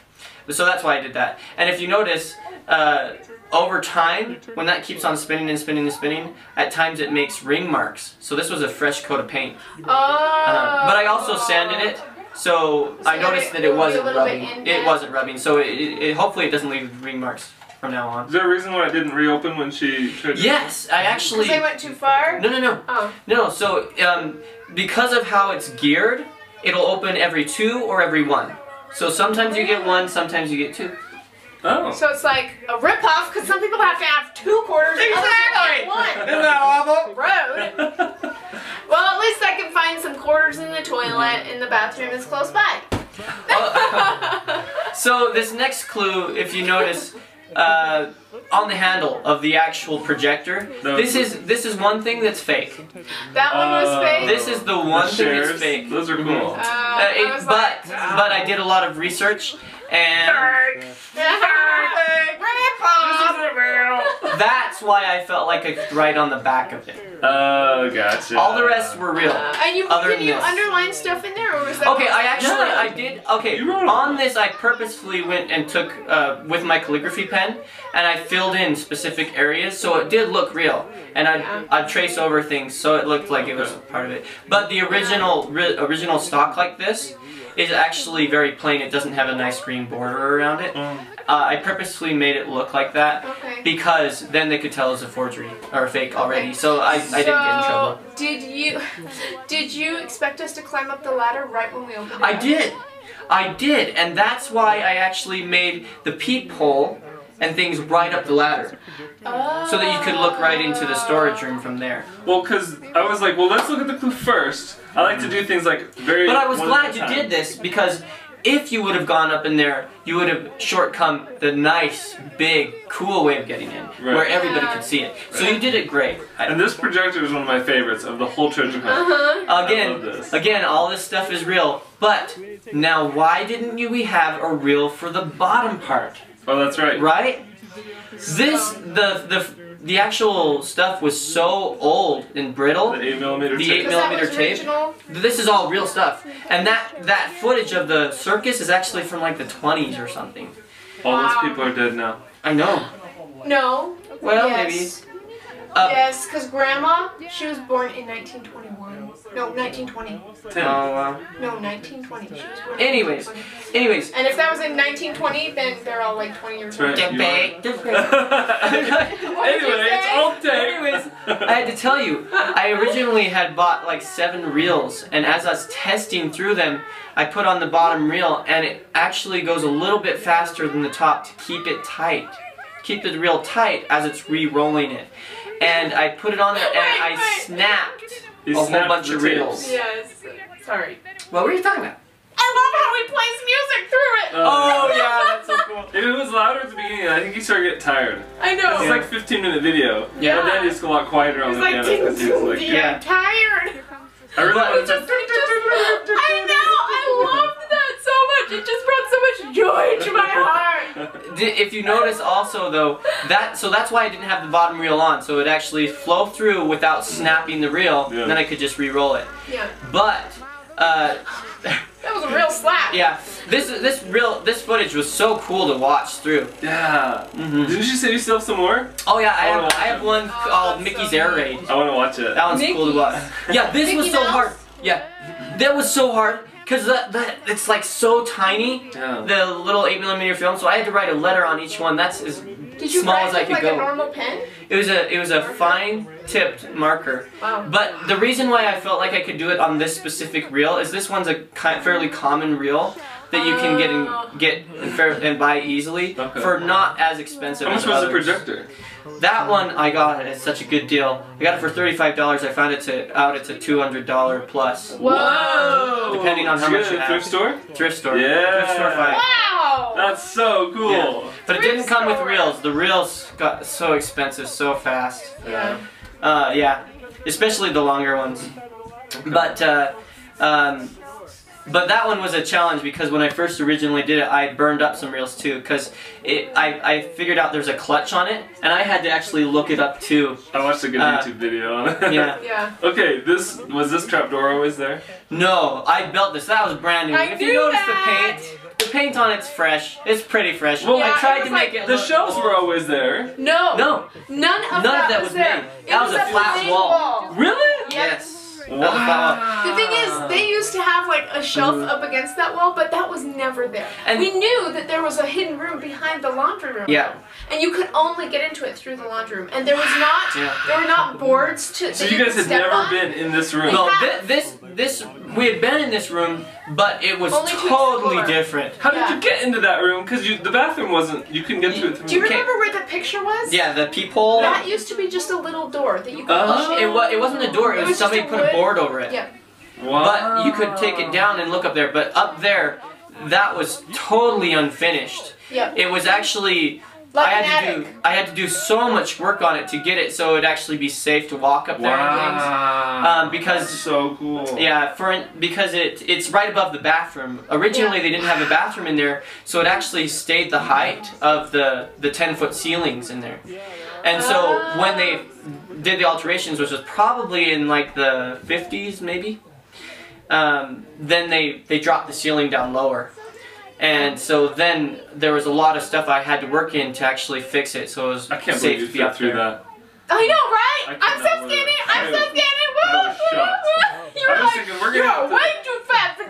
S4: So that's why I did that. And if you notice, uh, over time, when that keeps on spinning and spinning and spinning, at times it makes ring marks. So this was a fresh coat of paint.
S5: Oh.
S4: Uh, but I also sanded it, so, I
S5: that
S4: noticed
S5: it
S4: that it
S5: will be a
S4: wasn't
S5: little bit
S4: rubbing.
S5: in
S4: It
S5: depth?
S4: wasn't rubbing. So it, it, it- hopefully it doesn't leave ring marks from now on.
S6: Is there a reason why I didn't reopen when she tried to?
S4: Yes, I actually.
S5: Because I went too far.
S4: No, no, no.
S5: Oh.
S4: No, so um, because of how it's geared, it'll open every two or every one. So sometimes you get one, sometimes you get two.
S6: Oh.
S5: So it's like a ripoff because some people have to have two quarters. and others have to have
S6: Isn't that awful?
S5: Road. Well, at least I can find some quarters in the toilet, and the bathroom is close by.
S4: So this next clue, if you notice, uh, on the handle of the actual projector,
S6: No.
S4: this is this is one thing that's fake.
S5: That one was
S6: Uh,
S5: fake.
S4: This is the one
S6: the
S4: thing that's
S6: chairs,
S4: fake.
S6: Those are cool.
S4: Uh,
S5: Uh, I
S4: it-
S5: was
S4: but
S5: like, oh.
S4: but I did a lot of research, and that's why I felt like I could write on the back of it.
S6: Oh, gotcha.
S4: All the rest were real.
S5: And you
S4: Other
S5: did you
S4: myths.
S5: underline stuff in there, or was that?
S4: Okay, I actually
S6: Yeah.
S4: I did okay
S6: You wrote it.
S4: on this. I purposefully went and took uh, with my calligraphy pen, and I filled in specific areas, so it did look real. And I
S5: Yeah.
S4: would I would trace over things, so it looked like it was part of it. But the original ri- original stock like this is actually very plain. It doesn't have a nice green border around it.
S6: Mm.
S4: Uh, I purposefully made it look like that
S5: Okay.
S4: because then they could tell it was a forgery or a fake already. So I, I didn't get in trouble.
S5: So, uh, Did you did you expect us to climb up the ladder right when we opened it?
S4: I
S5: up?
S4: did. I did, and that's why I actually made the peephole and things right up the ladder
S5: Oh.
S4: so that you could look right into the storage room from there.
S6: Well, because I was like, well, let's look at the clue first. I like to do things like very.
S4: But I was
S6: one
S4: glad
S6: at a
S4: you
S6: time.
S4: did this because if you would have gone up in there, you would have shortcome the nice, big, cool way of getting in where
S6: Right.
S4: everybody
S5: Yeah.
S4: could see it. So you did it great.
S6: And this projector is one of my favorites of the whole treasure hunt.
S5: Uh-huh.
S6: I love
S4: Again,
S6: this.
S4: again, all this stuff is real. But now, why didn't you? We have a reel for the bottom part.
S6: Oh, that's right.
S4: right? This the the the actual stuff was so old and brittle.
S6: The eight millimeter.
S4: The
S6: tape.
S4: eight
S5: Because that was
S4: Millimeter tape.
S5: original.
S4: This is all real stuff, and that that footage of the circus is actually from like the 20s or something.
S6: All those
S5: Wow.
S6: people are dead now.
S4: I know.
S5: No.
S4: Well,
S5: yes.
S4: maybe. Uh,
S5: yes, because Grandma, she was born in 1921. No, 1920.
S4: oh,
S6: Tim.
S4: wow.
S5: No, 1920. She was born in
S4: Anyways.
S5: 1920.
S4: anyways.
S5: And if that was in 1920, then they're all like 20 years
S6: That's right.
S5: old.
S4: Get
S6: You
S4: back, get back.
S5: What did you
S6: anyway, it's
S5: say?
S6: all tape.
S4: Anyways, I had to tell you, I originally had bought like seven reels, and as I was testing through them, I put on the bottom reel, and it actually goes a little bit faster than the top to keep it tight. Keep the reel tight as it's re rolling it. And I put it on there, and
S5: Wait,
S4: I
S5: wait.
S4: snapped
S6: You
S4: a whole
S6: snapped
S4: bunch
S6: the
S4: of
S6: tape.
S4: reels.
S5: Yes. Sorry.
S4: What were you talking about?
S5: I love how he plays music through it.
S6: Oh,
S4: yeah, that's so
S5: cool.
S6: It was louder at the beginning. and I think you started getting tired.
S5: I know.
S6: It's like 15 minute video.
S4: Yeah.
S6: And then it's a lot quieter on
S5: It's
S6: the
S5: like,
S6: piano.
S5: ding,
S6: 'cause it's
S5: ding,
S6: like-
S5: ding, I'm tired.
S6: I really
S4: But-
S6: wanted
S5: It just, it just, I know. I loved that so much. It just brought so much joy to my heart.
S4: Di- If you notice also though, that so that's why I didn't have the bottom reel on, so it actually flow through without snapping the reel,
S6: Yeah.
S4: then I could just re-roll it.
S5: Yeah.
S4: But uh,
S5: That was a real slap.
S4: yeah, this this real this footage was so cool to watch through.
S6: Yeah.
S4: Mm-hmm.
S6: Didn't you save yourself some more?
S4: Oh yeah, I have
S6: Oh,
S4: I have one
S5: Oh,
S4: called
S5: that's
S4: Mickey's
S5: so
S4: Air
S5: neat.
S4: Raid.
S6: I want to watch it.
S4: That one's cool to watch. Yeah, this was
S5: Mickey
S4: so
S5: Mouse?
S4: hard. Yeah, that was so hard because that, that it's like so tiny.
S6: Yeah.
S4: The little eight millimeter film, so I had to write a letter on each one. That's as
S5: Did you
S4: small
S5: write
S4: as I
S5: with,
S4: could
S5: like
S4: go.
S5: a normal pen?
S4: It was a it was a fine tipped marker.
S5: Wow.
S4: But the reason why I felt like I could do it on this specific reel is this one's a ki fairly common reel that you can get and get and, fair, and buy easily
S6: Okay.
S4: for not as expensive.
S6: How much
S4: as
S6: was the
S4: others.
S6: projector?
S4: That one I got it at such a good deal. I got it for thirty five dollars. I found it to out it's a two hundred dollar plus
S5: Whoa.
S4: Depending on how
S6: Did
S4: much
S6: get it
S4: you have.
S6: at Thrift store?
S4: thrift store.
S6: Yeah.
S4: Thrift store find.
S5: Wow.
S6: That's so cool.
S4: Yeah. But it didn't
S5: Thrift
S4: come with
S5: store.
S4: reels. The reels got so expensive so fast.
S5: yeah.
S4: Uh, yeah, especially the longer ones. But uh, um, but that one was a challenge because when I first originally did it, I burned up some reels too because it I, I figured out there's a clutch on it and I had to actually look it up too.
S6: I watched a good
S4: Uh,
S6: YouTube video on it.
S4: Yeah.
S5: Yeah.
S6: Okay, this was this trapdoor always there?
S4: No, I built this. That was brand new.
S5: I
S4: if
S5: knew
S4: you notice the
S5: that.
S4: paint, the paint on it's fresh. It's pretty fresh.
S6: Well,
S4: I
S5: Yeah,
S4: tried
S5: it
S4: to
S5: was
S4: make
S5: like-
S4: it.
S6: The
S4: look-
S6: shelves were always there.
S5: No.
S4: No,
S5: None of
S4: none
S5: that,
S4: of that
S5: was
S4: was
S5: there.
S4: made.
S5: It
S4: That was a flat wall.
S6: Really?
S5: Yep.
S4: yes. Wow.
S5: The thing is, they used to have like a shelf up against that wall, but that was never there.
S4: And-
S5: we knew that there was a hidden room behind the laundry room.
S4: Yeah.
S5: though, And you could only get into it through the laundry room, and there was not
S4: Yeah.
S5: there were not boards to.
S6: So
S5: that
S6: you guys
S5: could
S6: had
S5: step
S6: never
S5: on.
S6: been in this room.
S4: No, thi- this this we had been in this room, but it was
S5: Only to
S4: totally
S5: explore.
S4: different.
S6: How did
S5: Yeah.
S6: you get into that room? Because you the bathroom wasn't. You couldn't get to it. Through
S5: Do you
S6: the-
S4: Okay.
S5: remember where the picture was?
S4: Yeah, the peephole.
S5: That used to be just a little door that you could
S4: Uh,
S5: push in.
S4: it was it wasn't a door. It,
S5: Oh. It
S4: was,
S5: was just
S4: somebody
S5: a
S4: put a
S5: wood-
S4: board over it.
S5: Yeah.
S6: Wow.
S4: But you could take it down and look up there. But up there, that was totally unfinished.
S5: Yeah.
S4: It was actually
S5: Like
S4: I
S5: an
S4: had to
S5: attic.
S4: do I had to do so much work on it to get it so it'd actually be safe to walk up there. and things.
S6: Wow.
S4: Um, because-
S6: That's so cool.
S4: Yeah, for because it it's right above the bathroom. Originally,
S5: Yeah.
S4: they didn't have a bathroom in there, so it actually stayed the height of the the ten foot ceilings in there. And so when they did the alterations, which was probably in like the fifties maybe, um, then they they dropped the ceiling down lower. And so then there was a lot of stuff I had to work in to actually fix it, so it was
S6: I can't
S4: safe
S6: believe you
S4: to be
S6: fit
S4: up
S6: through
S4: there.
S6: that.
S5: I know,
S6: I
S5: right? I'm
S6: cannot
S5: so
S6: believe
S5: skinny.
S6: it. I
S5: I'm so
S6: was-
S5: skinny.
S6: I
S5: Woo,
S6: was
S5: woo,
S6: shocked.
S5: woo. You're
S6: I was
S5: like,
S6: thinking we're gonna have
S5: you're
S6: to-
S5: way too fat for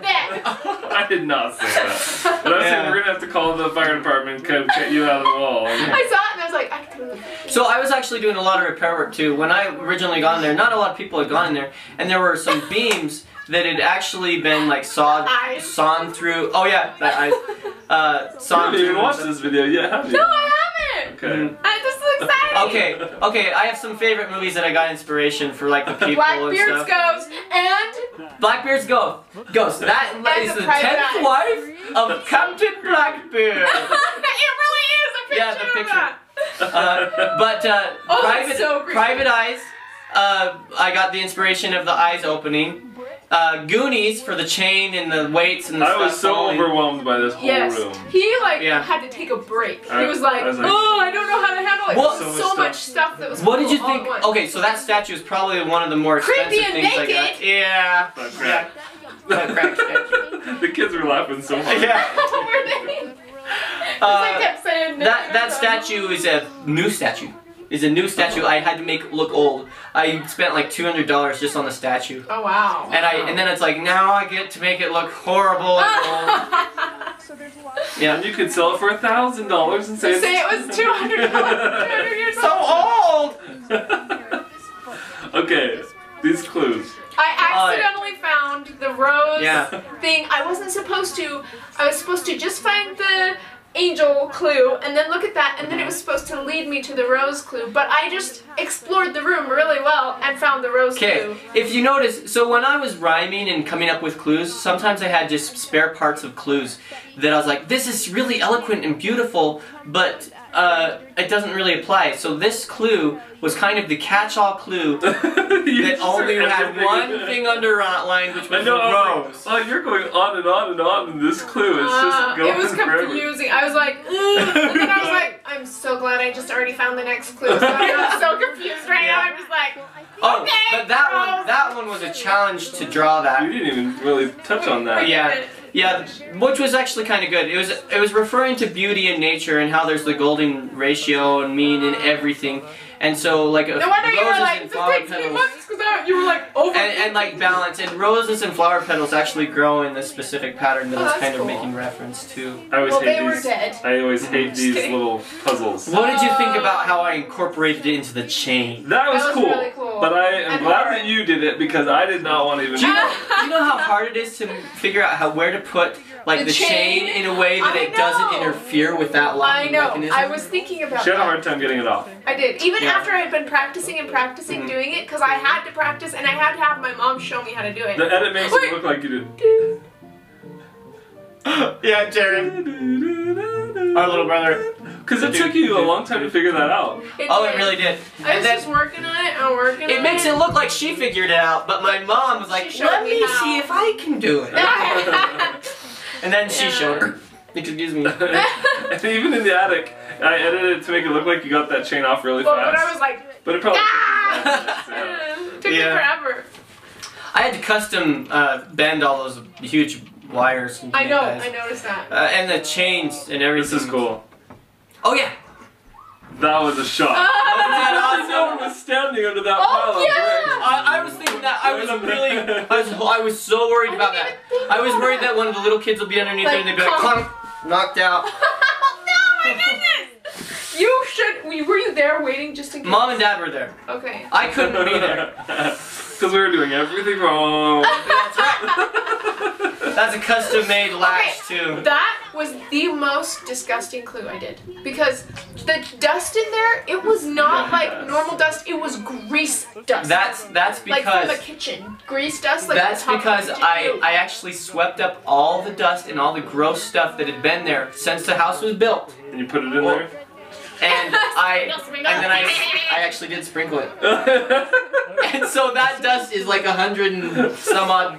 S5: that.
S6: I did not say that. But I was saying
S4: Yeah.
S6: we're gonna have to call the fire department and cut, cut you out of the wall.
S5: I saw it and I was like, I could live.
S4: So I was actually doing a lot of repair work too. When I originally got in there, not a lot of people had gone in there, and there were some beams that had actually been like sawed,
S5: Eyes.
S4: sawn through. Oh yeah, that eyes, uh,
S6: You
S4: sawn
S6: haven't even
S4: through.
S6: watched this video yet, have you?
S5: No, Mm. I haven't.
S6: Okay.
S5: I'm just so excited.
S4: Okay, okay. I have some favorite movies that I got inspiration for, like the people
S5: Blackbeard's
S4: and stuff.
S5: ghost and
S4: Blackbeard's Ghost. Ghost. That
S5: And
S4: is
S5: the
S4: the
S5: private
S4: tenth
S5: eye.
S4: wife of Captain Blackbeard.
S5: it really is a picture.
S4: Yeah, the
S5: Of
S4: picture.
S5: that.
S4: Uh, but uh,
S5: Oh, that's
S4: private,
S5: so creepy.
S4: private eyes. Uh, I got the inspiration of the eyes opening. Uh, Goonies for the chain and the weights and the
S6: I
S4: stuff.
S6: was so
S4: falling.
S6: overwhelmed by this whole
S5: Yes,
S6: room.
S5: he like
S4: Yeah.
S5: had to take a break.
S6: I-
S5: he was like,
S6: I was like-
S5: oh, I don't know how to handle it.
S4: What-
S5: There's
S6: So
S5: so,
S6: much
S5: much stuff that was.
S4: What did you
S5: cool all
S4: think?
S5: at once.
S4: Okay, so that statue is probably one of the more expensive
S5: Oh, Creepy and
S4: things I got.
S5: naked.
S4: Yeah.
S6: Butt
S5: Oh,
S6: crack.
S4: Butt crack, yeah.
S6: the kids were laughing so hard.
S4: Yeah.
S5: Were they- I
S4: Uh,
S5: kept saying
S4: that
S5: no,
S4: that
S5: no,
S4: statue is a new statue. Is a new statue I had to make look old. I spent like two hundred dollars just on the statue.
S5: no. Oh wow.
S4: And I and then it's like now I get to make it look horrible and old.
S6: And you could sell it for a thousand dollars and say,
S5: Say it was two hundred. years old.
S4: old.
S6: okay, these clues.
S5: I accidentally found the rose
S4: Yeah.
S5: thing. I wasn't supposed to. I was supposed to just find the angel clue and then look at that, and then
S4: Mm-hmm.
S5: it was supposed to lead me to the rose clue. But I just explored the room really well and found the rose
S4: Okay,
S5: clue.
S4: if you notice, so when I was rhyming and coming up with clues, sometimes I had just spare parts of clues that I was like, this is really eloquent and beautiful, but uh, it doesn't really apply. So this clue was kind of the catch-all clue
S6: You
S4: that
S6: just
S4: only
S6: said
S4: had
S6: everything.
S4: one thing underlined, which
S6: I
S4: was
S6: know. I
S4: the
S6: was
S4: rose.
S6: like, oh, you're going on and on and on in this clue. It's
S5: Uh,
S6: just going
S5: it was
S6: forever.
S5: confusing. I was like, Ugh. and then I was like, I'm so glad I just already found the next clue. So I'm so confused right now. I'm just like,
S4: Oh,
S5: Okay,
S4: but that one,
S5: rose.
S4: that one was a challenge to draw that.
S6: You didn't even really touch on that.
S4: Oh, Yeah, yeah, which was actually kind of good. It was it was referring to beauty and nature and how there's the golden ratio and mean and everything, and so like a,
S5: no wonder you were
S4: roses
S5: like,
S4: and
S5: this
S4: flower
S5: takes me
S4: petals
S5: months because you were like over.
S4: and, and like balance and roses and flower petals actually grow in this specific pattern that
S5: Oh,
S4: it's
S5: that's
S4: kind of
S5: cool.
S4: making reference to.
S6: I always
S5: well,
S6: hate
S5: they were
S6: these.
S5: dead.
S6: I always hate these
S5: kidding.
S6: little puzzles.
S4: What did you
S5: Oh.
S4: think about how I incorporated it into the chain?
S6: That was,
S5: was
S6: cool,
S5: really cool.
S6: but I am
S5: And
S6: glad
S5: hard.
S6: that you did it because I did not want to even.
S4: Do you, know, do you know how hard it is to figure out how where to put like the,
S5: The
S4: chain? in
S5: chain?
S4: a way that
S5: I
S4: it doesn't
S5: know.
S4: interfere with that
S5: I
S4: locking
S5: know.
S4: mechanism?
S5: I was thinking about
S6: She had a
S5: that.
S6: hard time getting it off.
S5: I did. Even
S4: Yeah.
S5: after I had been practicing and practicing
S4: Mhm.
S5: doing it, because I had to practice and I had to have my mom show me how to do it.
S6: The edit makes
S5: Wait.
S6: it look like you did.
S4: yeah, Jared. Our little brother.
S6: Because it took you a long time to figure that out.
S4: Oh, it really did.
S5: I
S4: And
S5: was
S4: then
S5: just working on it and working on
S4: it makes it look like she figured it out, but my mom was like,
S5: She showed
S4: "Let
S5: me
S4: me
S5: how."
S4: see if I can do it." And then she
S5: Yeah.
S4: showed her. Excuse me.
S6: and even in the attic, I edited it to make it look like you got that chain off really
S5: but,
S6: fast.
S5: but I was like,
S6: But it probably.
S5: Ah!
S6: Yeah.
S5: "Eh, took
S4: Yeah.
S5: me forever.
S4: I had to custom uh, bend all those huge wires. And
S5: I know.
S4: things.
S5: I noticed that.
S4: Uh, and the chains and everything.
S6: This is cool.
S4: Oh yeah.
S6: That was a shock.
S5: Ah!
S4: Wasn't that
S6: I didn't know
S4: awesome?
S6: it was standing under that
S5: Oh,
S6: pile of
S5: yeah!
S6: bricks.
S4: I, I was thinking that I I was really, I was, I was so worried about that. I was worried that one of the little kids will be underneath there and they'd be like,
S5: Like,
S4: clunk, knocked out.
S5: Oh, no, my goodness! You should. we- Were you there waiting just in case?
S4: Mom and dad were there.
S5: Okay.
S4: I couldn't be there.
S6: Because we were doing everything wrong.
S4: That's a custom made lash, too.
S5: That was the most disgusting clue I did because the dust in there, it was not like normal dust. It was grease dust.
S4: That's, that's
S5: like from the
S4: because.
S5: kitchen, grease dust. Like
S4: That's
S5: the top of
S4: because
S5: the kitchen.
S4: I,
S5: Ew.
S4: I actually swept up all the dust and all the gross stuff that had been there since the house was built.
S6: and you put it in there?
S4: And I and then I, I actually did sprinkle it. And so that dust is like a hundred and some odd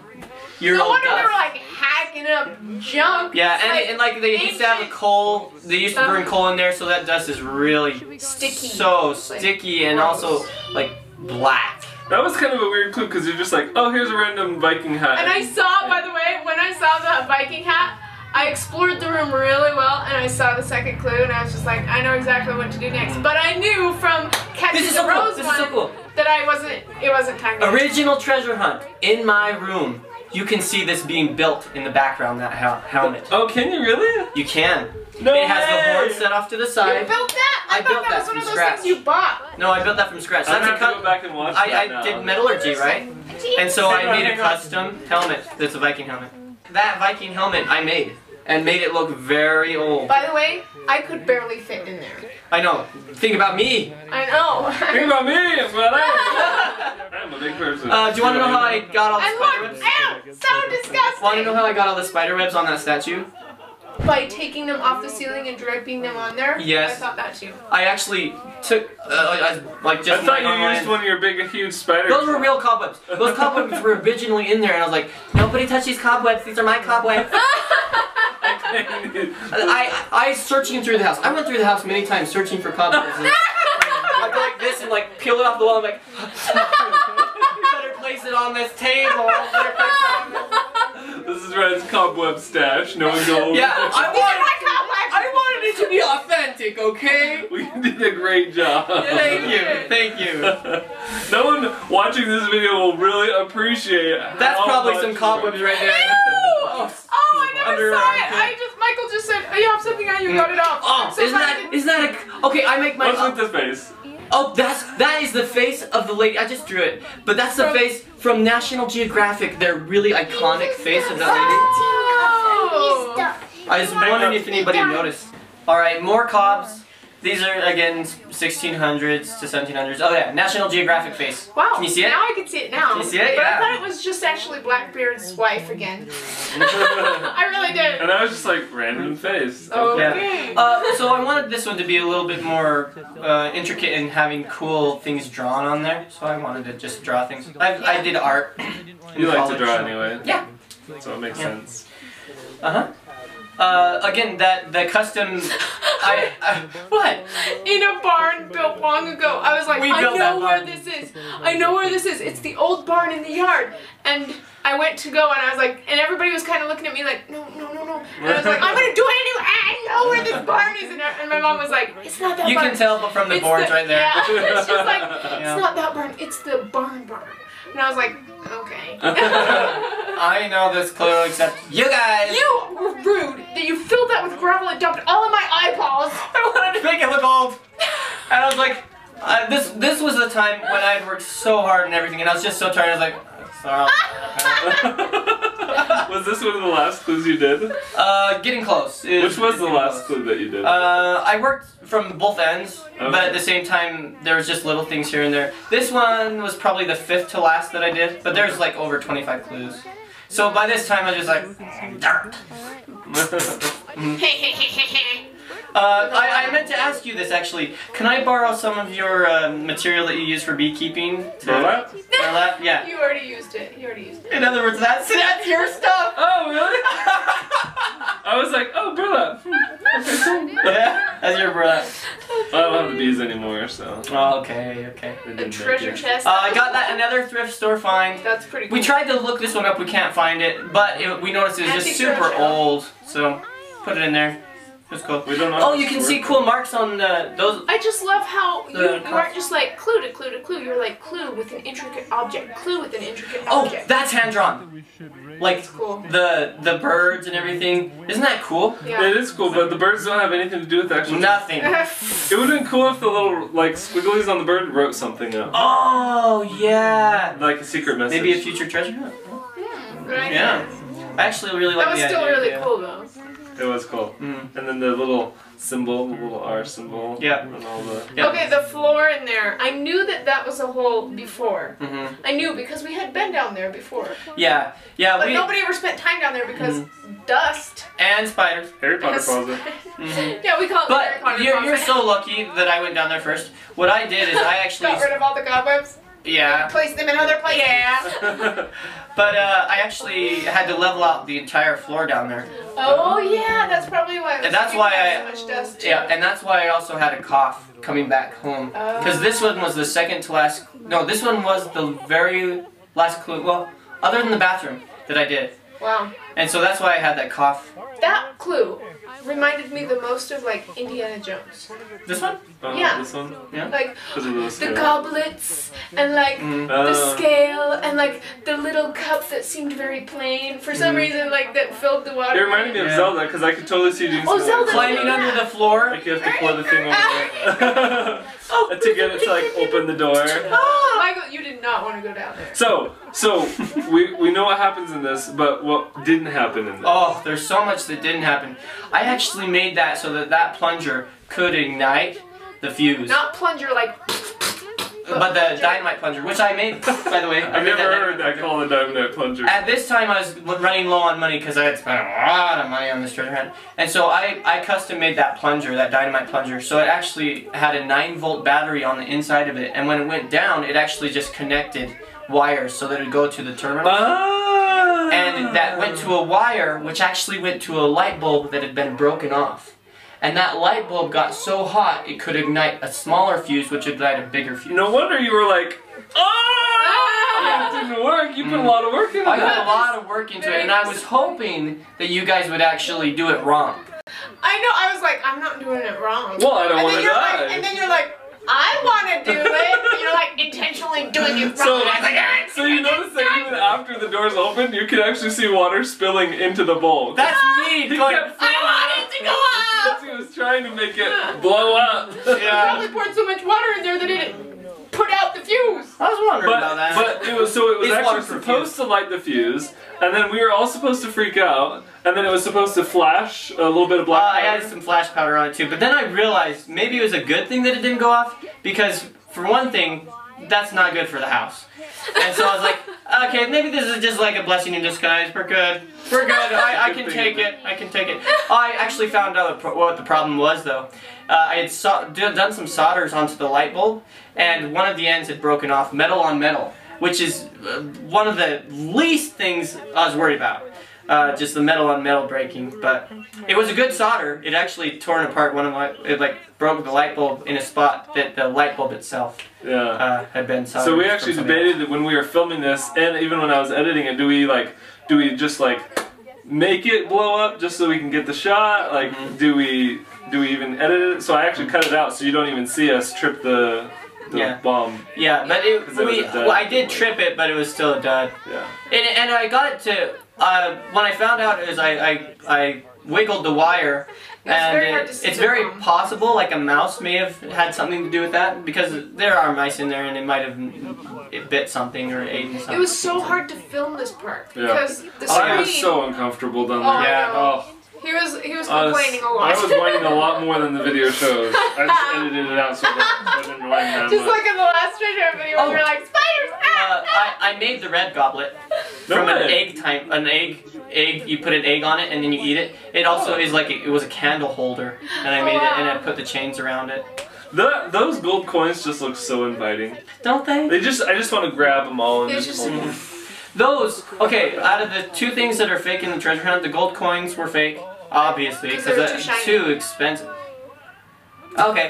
S4: year
S5: no
S4: old
S5: wonder they were
S4: dust.
S5: like hacking up junk.
S4: Yeah,
S5: It's
S4: and,
S5: like
S4: and like they used to have a coal. They used to burn coal in there, so that dust is really
S5: sticky.
S4: so sticky and also like black.
S6: That was kind of a weird clue because you're just like, oh, here's a random Viking hat.
S5: And I saw, by the way, when I saw the Viking hat, I explored the room really well, and I saw the second clue, and I was just like, I know exactly what to do next. But I knew from catching
S4: This is
S5: the
S4: so cool.
S5: rose
S4: This is
S5: one
S4: so cool.
S5: that I wasn't. It wasn't time. yet.
S4: Original treasure hunt in my room. You can see this being built in the background. That hel- helmet.
S6: Oh, can you really?
S4: You can.
S6: No
S4: It has the
S6: way!
S4: horn set off to the
S5: You
S4: side.
S5: built that? I,
S4: I
S5: thought
S4: built
S5: that,
S4: that
S5: was one
S4: from
S5: of those
S4: scratch.
S5: things you bought.
S4: No, I built that from scratch.
S6: I'm
S4: That's
S6: gonna
S4: a
S6: have to
S4: cut.
S6: go back and watch that
S4: I,
S6: now.
S4: I did metallurgy, right? And so I made a custom helmet that's a Viking helmet. That Viking helmet I made and made it look very old.
S5: By the way, I could barely fit in there.
S4: I know. Think about me.
S5: I know.
S6: Think about me. It's what I
S5: I
S6: am. I'm a big person.
S4: Uh, do you want to know how I got all the spider
S5: looked
S4: webs?
S5: out so disgusting.
S4: Want to know how I got all the spider webs on that statue?
S5: By taking them off the ceiling and draping them on there.
S4: Yes.
S5: I thought that too.
S4: I actually took uh, I, like just
S6: I thought
S4: like
S6: you
S4: online-
S6: used one of your big, huge spiders.
S4: Those were real cobwebs. Those cobwebs were originally in there, and I was like, nobody touch these cobwebs. These are my cobwebs. I, I, I searching through the house. I went through the house many times searching for cobwebs. And I'd go like this and like peel it off the wall. I'm like, you better place it on this table. You better place it on this-"
S6: this is Red's cobweb stash. No one goes.
S4: Yeah, I wanted, I wanted it to be authentic, okay?
S6: We did a great job.
S4: Thank you, thank you.
S6: no one watching this video will really appreciate.
S4: That's
S6: how
S4: probably
S6: much
S4: some cobwebs right there.
S5: Oh, I never
S4: Under-
S5: saw it. I just Michael just said, "Oh, you have something on you, got it off."
S4: Oh,
S5: so
S4: isn't
S5: I
S4: that
S5: didn't-
S4: isn't that a okay? I make my
S6: What's with the face?
S4: Oh, that's that is the face of the lady. I just drew it, but that's the face from National Geographic. Their really iconic face of that
S5: Oh.
S4: lady. I just wondering if anybody noticed. All right, more cobs. These are again 1600s to 1700s. Oh yeah, National Geographic face.
S5: Wow.
S4: Can you see it?
S5: Now I can see it now.
S4: Can you see it?
S5: But
S4: Yeah.
S5: I thought it was just actually Blackbeard's wife again. I really did.
S6: And I was just like, random face.
S5: Oh. Okay.
S4: Uh, so I wanted this one to be a little bit more uh, intricate in having cool things drawn on there. So I wanted to just draw things. I, I did art.
S6: You
S4: in
S6: like to
S4: college,
S6: draw
S4: so-
S6: anyway.
S4: Yeah.
S6: So it makes
S4: Yeah.
S6: sense.
S4: Uh-huh. Uh Again, that the custom. I, I what?
S5: In a barn built long ago. I was like,
S4: We
S5: I
S4: built that
S5: know
S4: barn.
S5: where this is. I know where this is. It's the old barn in the yard. And I went to go and I was like, and everybody was kind of looking at me like, no, no, no, no. And I was like, I'm gonna do it anyway. I know where this barn is. And, I- and my mom was like, it's not that
S4: You
S5: barn.
S4: can tell from the
S5: It's
S4: boards
S5: the-
S4: right there.
S5: Yeah, it's just like
S4: Yeah.
S5: it's not that barn, it's the barn barn. And I was like, okay.
S4: I know this clue, except you guys.
S5: you were rude that you filled that with gravel and dumped all of my eyeballs.
S4: I wanted to make it look old, and I was like, uh, this this was the time when I had worked so hard and everything, and I was just so tired. I was like, sorry.
S6: was this one of the last clues you did?
S4: Uh, getting close. It-
S6: Which was the
S4: getting
S6: last
S4: close.
S6: clue that you did?
S4: Uh, I worked from both ends, but
S6: Okay.
S4: at the same time, there was just little things here and there. This one was probably the fifth to last that I did, but there's like over 25 clues. So by this time, I was just like, dirt. Uh, I, I meant to ask you this actually. Can I borrow some of your uh, material that you use for beekeeping? To
S6: Burlap?
S4: Burlap? Yeah.
S5: You already used it. You already used it.
S4: In other words, that's that's your stuff.
S6: Oh, really? I was like, oh, burlap. Hmm.
S4: yeah, that's your burlap.
S6: I don't have the bees anymore, so.
S4: Oh, okay, okay.
S6: they
S5: A
S6: didn't
S5: treasure
S6: make it.
S5: chest.
S4: Uh, I got that another thrift store find.
S5: That's pretty cool.
S4: We tried to look this one up, we can't find it, but it, we noticed it was just
S5: Antique
S4: super
S5: treasure.
S4: old, so put it in there. It's cool.
S6: We don't know.
S4: Oh, you can see cool marks on the, those.
S5: I just love how you,
S4: The
S5: you aren't just like clue to clue to clue. You're like clue with an intricate object. Clue with an intricate
S4: Oh,
S5: object.
S4: that's hand drawn.
S7: We should raise
S4: Like
S5: cool.
S4: the the birds and everything. Isn't that cool?
S5: Yeah.
S6: It is cool, but the birds don't have anything to do with the actual.
S4: Nothing.
S6: It would have been cool if the little like squigglies on the bird wrote something up,
S4: Oh yeah.
S6: like a secret message.
S4: Maybe a future treasure hunt.
S5: Right?
S4: Yeah. I actually really like
S5: That was
S4: the
S5: still
S4: idea,
S5: really
S4: yeah.
S5: cool though.
S6: It was cool.
S4: Mm.
S6: And then the little symbol, the little R symbol.
S4: Yeah.
S6: And all the.
S4: Yeah.
S5: Okay, the floor in there. I knew that that was a hole before.
S4: hmm
S5: I knew because we had been down there before.
S4: Yeah. Yeah.
S5: But
S4: We
S5: nobody ever spent time down there because
S4: Mm.
S5: dust.
S4: and spiders.
S6: Harry Potter
S5: Yes.
S6: closet.
S4: Mhm.
S5: Yeah, we call it the Harry
S4: But
S5: Potter
S4: you're, you're
S5: closet.
S4: so lucky that I went down there first. What I did is I actually,
S5: Got rid of all the cobwebs.
S4: yeah,
S5: Place them in other places. Yeah.
S4: but uh, I actually had to level out the entire floor down there.
S5: Oh yeah, that's probably why.
S4: And
S5: it was
S4: that's why
S5: so
S4: I-
S5: much dust.
S4: Yeah, and that's why I also had a cough coming back home. Because this one was the second to last. No, this one was the very last clue. Well, other than the bathroom that I did.
S5: Wow.
S4: And so that's why I had that cough.
S5: That clue reminded me the most of like Indiana Jones.
S4: This one?
S6: Oh,
S5: Yeah.
S6: This one.
S5: Like
S6: Because it was
S5: the
S6: scary.
S5: goblets and like
S4: Mm.
S5: the
S6: Uh,
S5: scale and like the little cup that seemed very plain for some reason like that filled the water.
S6: It Mm. reminded me of
S4: Yeah.
S6: Zelda because I could totally see you doing
S5: Oh,
S6: something
S5: Zelda!
S6: Like,
S4: Climbing under the floor.
S6: like you have to pour the thing over.
S5: Oh,
S6: and to get it to like open the door.
S5: Oh, Michael, you did not want to go down there.
S6: So, so we we know what happens in this, but what didn't happen in this?
S4: Oh, there's so much that didn't happen. I actually made that so that that plunger could ignite the fuse.
S5: Not plunger like.
S4: But the dynamite plunger, which I made, by the way. I
S6: I've
S4: made
S6: never heard
S4: dynamite
S6: that call the dynamite plunger.
S4: plunger. At this time, I was l- running low on money because I had spent a lot of money on this treasure hunt. And so I, I custom made that plunger, that dynamite plunger. So it actually had a 9 volt battery on the inside of it. And when it went down, it actually just connected wires so that it would go to the terminal.
S6: Ah.
S4: and that went to a wire which actually went to a light bulb that had been broken off. And that light bulb got so hot it could ignite a smaller fuse which would ignite a bigger fuse.
S6: No wonder you were like, oh,
S5: ah!
S6: it didn't work. You put a lot of work into
S4: Mm. I got
S6: that.
S4: a lot of work into it and I was hoping that you guys would actually do it wrong.
S5: I know. I was like, I'm not doing it wrong.
S6: Well, I don't
S5: and
S6: want
S5: then
S6: to
S5: you're like, and
S6: die.
S5: then you're like, I want to do it. and you're like intentionally doing it wrong.
S6: So-
S5: and I was like, "Ah,
S6: So you notice that even after the doors open, you can actually see water spilling into the bowl.
S4: That's me
S6: he
S4: going,
S6: kept
S5: I want it to go up.
S6: Because he was trying to make it blow up.
S4: yeah.
S5: Probably poured so much water in there that it put out the fuse.
S4: I was wondering about
S6: But,
S4: that.
S6: but it was so it was
S4: It's
S6: actually
S4: waterproof,
S6: supposed to light the fuse, and then we were all supposed to freak
S4: Oh.
S6: out, and then it was supposed to flash a little bit of
S4: Uh,
S6: black
S4: I
S6: powder.
S4: added some flash powder on it too, but then I realized maybe it was a good thing that it didn't go off because, for one thing, that's not good for the house. And so I was like, okay, maybe this is just like a blessing in disguise. We're good. We're good. I, I can take it. I can take it. I actually found out pro- what the problem was though. Uh, I had so- d- done some solders onto the light bulb, and one of the ends had broken off, metal on metal, which is uh, one of the least things I was worried about. Uh, just the metal on metal breaking, but it was a good solder. It actually torn apart one of my. It like broke the light bulb in a spot that the light bulb itself
S6: yeah.
S4: uh, had been soldered.
S6: So we
S4: from
S6: actually
S4: somebody
S6: debated that when we were filming this, and even when I was editing it, do we like, do we just like make it blow up just so we can get the shot? Like,
S4: Mhm.
S6: do we do we even edit it? So I actually cut it out, so you don't even see us trip the, the
S4: Yeah.
S6: bomb.
S4: else. Yeah, but it,
S6: 'Cause it was
S4: we,
S6: a dud.
S4: well, I did trip it, but it was still a dud.
S6: Yeah.
S4: And, and I got it to uh, when I found out is I, I I wiggled the wire, and
S5: very hard
S4: it-
S5: to see
S4: it's
S5: the
S4: very
S5: bomb.
S4: possible like a mouse may have had something to do with that because there are mice in there and it might have mm, it bit something or ate something.
S5: It was so hard to film this part
S6: Yeah.
S5: because the
S6: I was
S5: screen.
S6: so uncomfortable down
S5: Oh,
S6: there. Oh,
S4: Yeah.
S5: no. He was he was
S6: I was,
S5: complaining a lot.
S6: I was whining a lot more than the video shows. I just edited it out so that I didn't whine that
S5: Just
S6: much.
S5: like in the last treasure video,
S4: Oh.
S5: we were like spiders.
S4: Uh,
S5: Ah,
S4: I, I made the red goblet
S6: No
S4: from an
S6: way.
S4: egg type an egg egg you put an egg on it and then you eat it. It
S6: Oh.
S4: also is like it was a candle holder and
S5: Oh,
S4: I made it and I put the chains around it.
S6: The, those gold coins just look so inviting.
S4: Don't they?
S6: They just, I just want to grab them all and
S5: It's
S6: just,
S5: just-
S6: hold 'em.
S4: Those okay. Out of the two things that are fake in the treasure hunt, the gold coins were fake, obviously,
S5: 'Cause
S4: because
S5: they were too
S4: that's
S5: shiny.
S4: too expensive. Okay,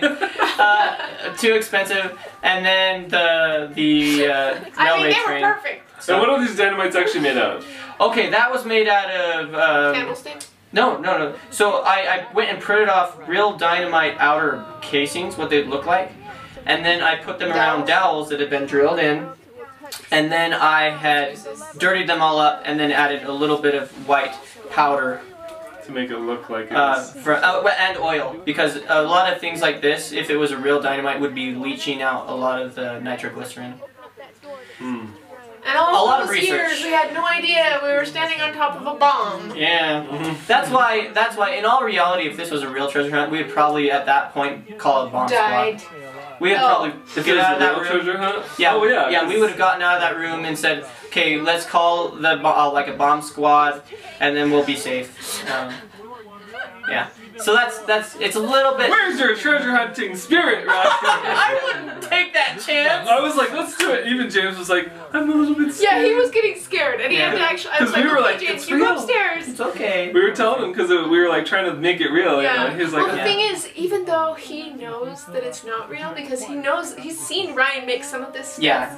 S4: uh, too expensive, and then the the uh,
S5: I mean,
S4: railway
S5: they were
S4: train.
S5: perfect.
S6: And what are these dynamites actually made out of?
S4: Okay, that was made out of um,
S5: Candle sticks.
S4: No, no, no. So I, I went and printed off real dynamite outer casings, what they'd look like. and then I put them around dowels that had been drilled in, and then I had dirtied them all up and then added a little bit of white powder
S6: to make it look like it
S4: uh,
S6: was.
S4: for, uh, and oil because a lot of things like this, if it was a real dynamite, would be leaching out a lot of the nitroglycerin.
S6: Hmm.
S5: And
S4: A
S5: all
S4: lot of
S5: those years,
S4: research.
S5: we had no idea we were standing on top of a bomb.
S4: Yeah,
S6: Mhm.
S4: that's why. That's why. In all reality, if this was a real treasure hunt, we'd probably at that point call it bomb
S5: Died.
S4: squad. We would
S5: Oh.
S4: probably
S6: If
S4: get
S6: it
S4: out of
S6: was a
S4: that
S6: real
S4: room.
S6: treasure hunt?
S4: Yeah,
S6: Oh, yeah.
S4: yeah. We would have gotten out of that room and said, "Okay, let's call the bo- uh, like a bomb squad, and then we'll be safe." Um, yeah. So that's that's. It's a little bit.
S6: Where's your treasure hunting spirit, Roscoe?
S4: I wouldn't take that chance.
S6: I was like, let's do it. Even James was like, I'm a little bit
S5: Yeah,
S6: scared.
S5: he was getting scared, and he had to
S4: Yeah.
S5: actually. I was
S6: 'Cause
S5: like,
S6: we were
S5: okay,
S6: like,
S5: James,
S6: it's
S5: you go
S6: real."
S5: upstairs.
S4: It's okay.
S6: We were telling him because we were like trying to make it real. You know?
S5: Yeah.
S6: and He was like,
S5: well, the
S4: yeah.
S5: thing is, even though he knows that it's not real because he knows he's seen Ryan make some of this stuff,
S4: Yeah.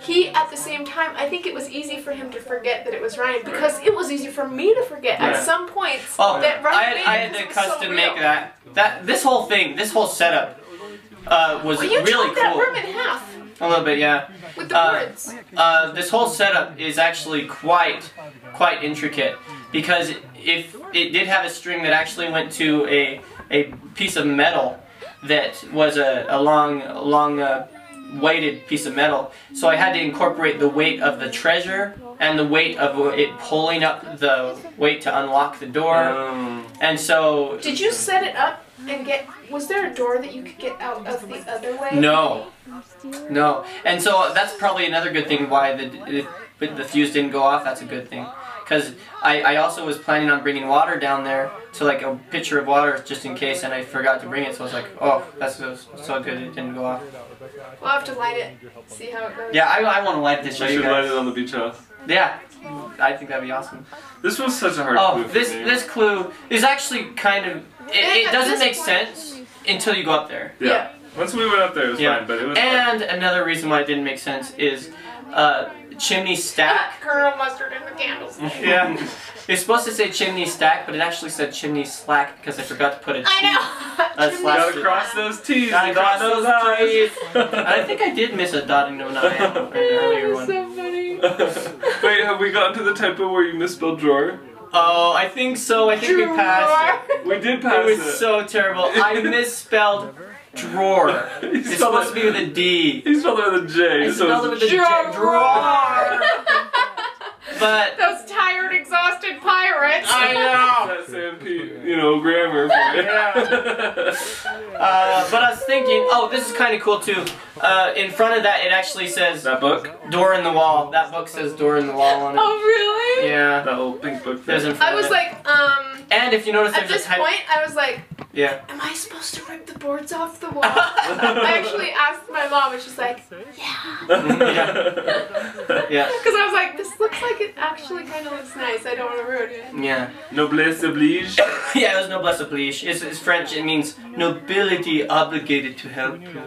S5: he at the same time, I think it was easy for him to forget that it was Ryan because it was easy for me to forget
S6: Right.
S5: at some points
S4: Oh,
S5: that Ryan
S4: I had,
S5: made
S4: I had to
S5: because it was so
S4: custom make
S5: real.
S4: that. That this whole thing, this whole setup, uh, was
S5: Well, you
S4: really
S5: chopped that
S4: cool.
S5: room in half
S4: A little bit, yeah.
S5: with the
S4: Uh,
S5: words.
S4: Uh, this whole setup is actually quite, quite intricate because if it did have a string that actually went to a a piece of metal that was a, a long long uh, weighted piece of metal, so I had to incorporate the weight of the treasure and the weight of it pulling up the weight to unlock the door,
S6: um,
S4: and so
S5: Did you set it up and get? Was there a door that you could get out of the other way?
S4: No. No. And so that's probably another good thing why the if the fuse didn't go off. That's a good thing. Because I, I also was planning on bringing water down there to like a pitcher of water just in case, and I forgot to bring it. So I was like, oh, that's so, so good it didn't go off.
S5: We'll have to light it. See how it goes.
S4: Yeah, I, I want to light this. Show
S6: I
S4: you
S6: should light
S4: guys.
S6: it on the beach house.
S4: Yeah, I think that'd be awesome.
S6: This was such a hard
S4: Oh,
S6: clue for
S4: this
S6: me.
S4: this clue is actually kind of it, it
S5: At
S4: doesn't
S5: this
S4: make
S5: point-
S4: sense until you go up there.
S6: Yeah. Once we went up there, it was
S4: Yeah.
S6: fine, but it was hard.
S4: And another reason why it didn't make sense is uh, chimney stack.
S5: Colonel Mustard and the candles.
S4: Yeah. It's supposed to say chimney stack, but it actually said chimney slack because I forgot to put a T.
S5: I know.
S4: That's
S5: Jimmy-
S4: last-
S6: Gotta cross those T's
S4: Gotta
S6: and
S4: cross
S6: dot those
S4: those
S6: I's.
S4: I think I did miss a dotting no nine on an earlier one.
S5: so funny.
S6: Wait, have we gotten to the typo where you misspelled drawer?
S4: Oh, I think so. I think we passed.
S5: Drawer.
S6: We did
S4: It
S6: pass it.
S4: was so terrible. I misspelled drawer.
S6: He
S4: It's
S6: spelled
S4: supposed to
S6: it-
S4: be with a D.
S6: He spelled it with a J.
S4: I
S6: so
S4: spelled it
S6: it's-
S4: with a J. Drawer. But
S5: Those tired, exhausted pirates.
S4: I know.
S6: That's that P, you know, grammar. For it.
S4: uh, but I was thinking, oh, this is kind of cool too. Uh, in front of that, it actually says
S6: that book,
S4: door in the wall. That book says door in the wall on it.
S5: Oh really?
S4: Yeah.
S6: that old pink book.
S4: There's in front
S5: I was
S4: of it.
S5: like, um.
S4: and if you notice,
S5: At
S4: there's
S5: this
S4: a type.
S5: point, I was like,
S4: Yeah.
S5: am I supposed to rip the boards off the wall? I actually asked my mom, and she's like,
S4: Yeah.
S5: because I was like, this looks like it actually kind of looks nice. I don't want to ruin it.
S4: Yeah.
S6: Noblesse oblige.
S4: yeah. It was noblesse oblige. It's, it's French. It means nobility obligated to help. you.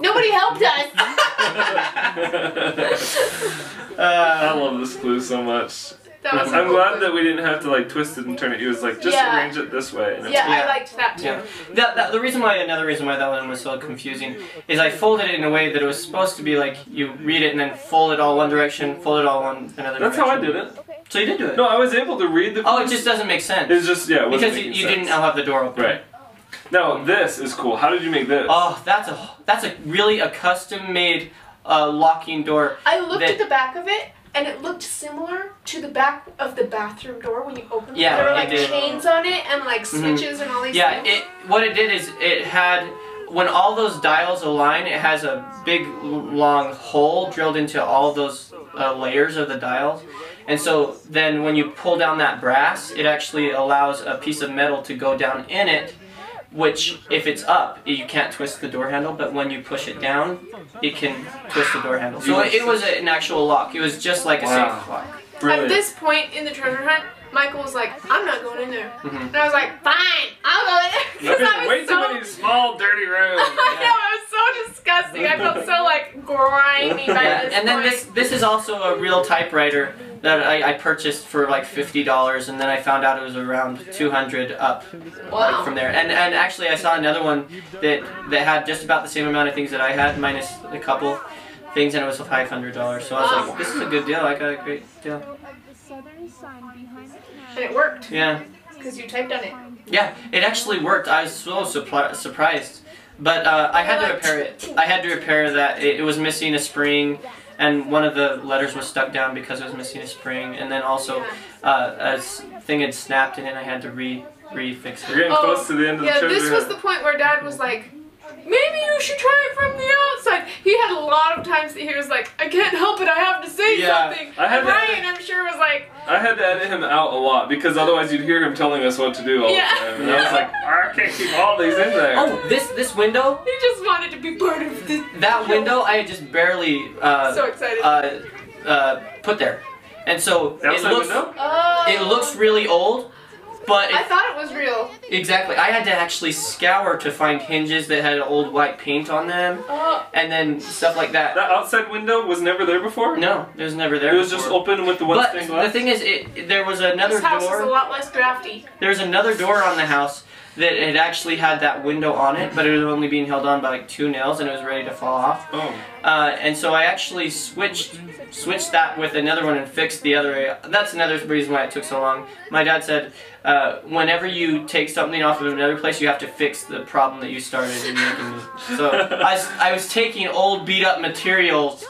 S5: Nobody helped us.
S6: I
S4: Uh,
S6: love this clue so much.
S5: That was.
S6: I'm
S5: cool.
S6: glad that we didn't have to like twist it and turn it. It was like just
S5: Yeah.
S6: arrange it this way. And it's-
S5: Yeah,
S4: Yeah.
S5: I liked that too.
S4: yeah. That, that, the reason why another reason why that one was so confusing is I folded it in a way that it was supposed to be like you read it and then fold it all one direction, fold it all one another.
S6: That's
S4: direction.
S6: how I did it.
S4: So you did do it.
S6: No, I was able to read the.
S4: Oh, it
S6: clues.
S4: just doesn't make sense.
S6: It's just yeah. It wasn't
S4: because you,
S6: making
S4: you
S6: sense.
S4: didn't. I'll have the door open.
S6: Right. Now this is cool. How did you make this?
S4: Oh, that's a that's a really a custom made uh, locking door.
S5: I looked
S4: That-
S5: at the back of it, and it looked similar to the back of the bathroom door when you open it.
S4: Yeah,
S5: there
S4: it
S5: were like
S4: did. Mm-hmm.
S5: chains on it and like switches and all these
S4: Yeah,
S5: things.
S4: it what it did is it had when all those dials align, it has a big l- long hole drilled into all those uh, layers of the dials. And so then when you pull down that brass, it actually allows a piece of metal to go down in it, which if it's up, you can't twist the door handle, but when you push it down, it can twist the door handle. So it was an actual lock. It was just like a
S6: Wow.
S4: safe lock.
S5: At
S6: Brilliant.
S5: this point in the treasure hunt, Michael was like, "I'm not going in there,"
S4: Mhm.
S5: and I was like, "Fine, I'll go in there."
S6: There's
S5: 'Cause I
S6: way
S5: was so.
S6: too many small dirty rooms.
S5: I know, I was so disgusting. I felt so like grimy by
S4: Yeah,
S5: this
S4: and then
S5: point.
S4: this this is also a real typewriter that I, I purchased for like fifty dollars, and then I found out it was around two hundred up like, from there. And and actually, I saw another one that that had just about the same amount of things that I had, minus a couple things, and it was five hundred dollars. So I was like, this is a good deal. I got a great deal.
S5: And it worked
S4: Yeah,
S5: because you typed on it.
S4: yeah. It actually worked. I was so surpri- surprised. But uh, I had to repair it. I had to repair that. It, it was missing a spring, and one of the letters was stuck down because it was missing a spring. And then also,
S5: Yeah.
S4: uh, a s- thing had snapped, and then I had to re refix
S6: You're
S4: it.
S6: getting
S5: Oh,
S6: close to the end of
S5: Yeah,
S6: the treasure
S5: this was
S6: hunt.
S5: the point where Dad was like, maybe you should try it from the outside. He had a lot of times that he was like, I can't help it, I have to say
S4: Yeah.
S5: something.
S6: I had
S5: and
S6: to-
S5: Ryan, I'm sure, was like,
S6: I had to edit him out a lot because otherwise you'd hear him telling us what to do all
S5: Yeah.
S6: the time. And I was like, I can't keep all these in there.
S4: Oh, this this window,
S5: he just wanted to be part of this.
S4: that window, I had just barely uh,
S5: so excited.
S4: uh, uh, put there, and so
S6: That
S4: it
S6: was like,
S4: looks
S6: no.
S5: oh.
S4: it looks really old, but
S5: I
S4: it,
S5: thought it was real.
S4: exactly, I had to actually scour to find hinges that had old white paint on them,
S5: Oh,
S4: and then stuff like that.
S6: That outside window was never there before?
S4: No, it was never there.
S6: It was just
S4: before.
S6: open with the one
S4: But
S6: thing
S4: the
S6: left?
S4: thing is, it, there was another
S5: this house is a
S4: door.
S5: lot less drafty.
S4: There's another door on the house that it actually had that window on it, but it was only being held on by like two nails, and it was ready to fall off.
S6: oh.
S4: Uh, and so I actually switched switched that with another one and fixed the other. area. That's another reason why it took so long. My dad said, uh, whenever you take something off of another place, you have to fix the problem that you started. And you can so I was, I was taking old beat up materials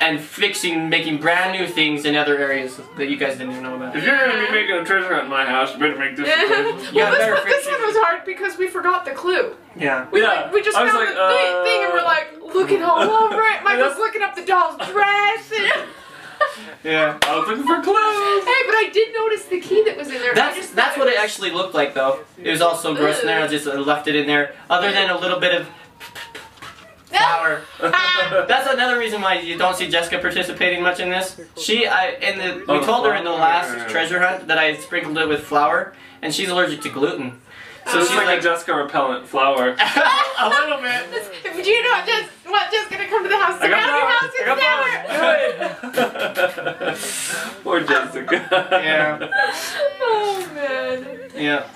S4: and fixing, making brand new things in other areas that you guys didn't even know about.
S6: If you're gonna be making a treasure hunt in my house, you better make this.
S5: well, this,
S4: Yeah, better
S5: one,
S4: fix
S5: this one
S4: it.
S5: was hard because we forgot the clue.
S4: Yeah.
S5: We,
S6: Yeah,
S5: like, we just
S6: I was
S5: found
S6: like,
S5: the thi-
S6: uh,
S5: thing and we're like, look at how love, right? Michael's
S6: that's-
S5: looking up the doll's dress. and-
S4: Yeah.
S6: I was looking for clues.
S5: Hey, but I did notice the key that was in there. I
S4: That's
S5: just
S4: that's what it
S5: noticed.
S4: actually looked like though. It was all so gross in there. I just left it in there. Other than a little bit of flour. That's another reason why you don't see Jessica participating much in this. She, I, in the, we
S6: Oh, the
S4: told her in the
S6: flour.
S4: last treasure hunt that I sprinkled it with flour, and she's allergic to gluten. So
S6: Just
S4: she's
S6: like,
S4: like,
S6: a Jessica repellent flower.
S4: a little bit.
S5: Do you know just what just gonna come to the house?
S6: I
S5: The house is
S6: got
S5: never.
S6: flowers. Poor Jessica.
S4: Yeah.
S5: Oh man.
S4: Yeah.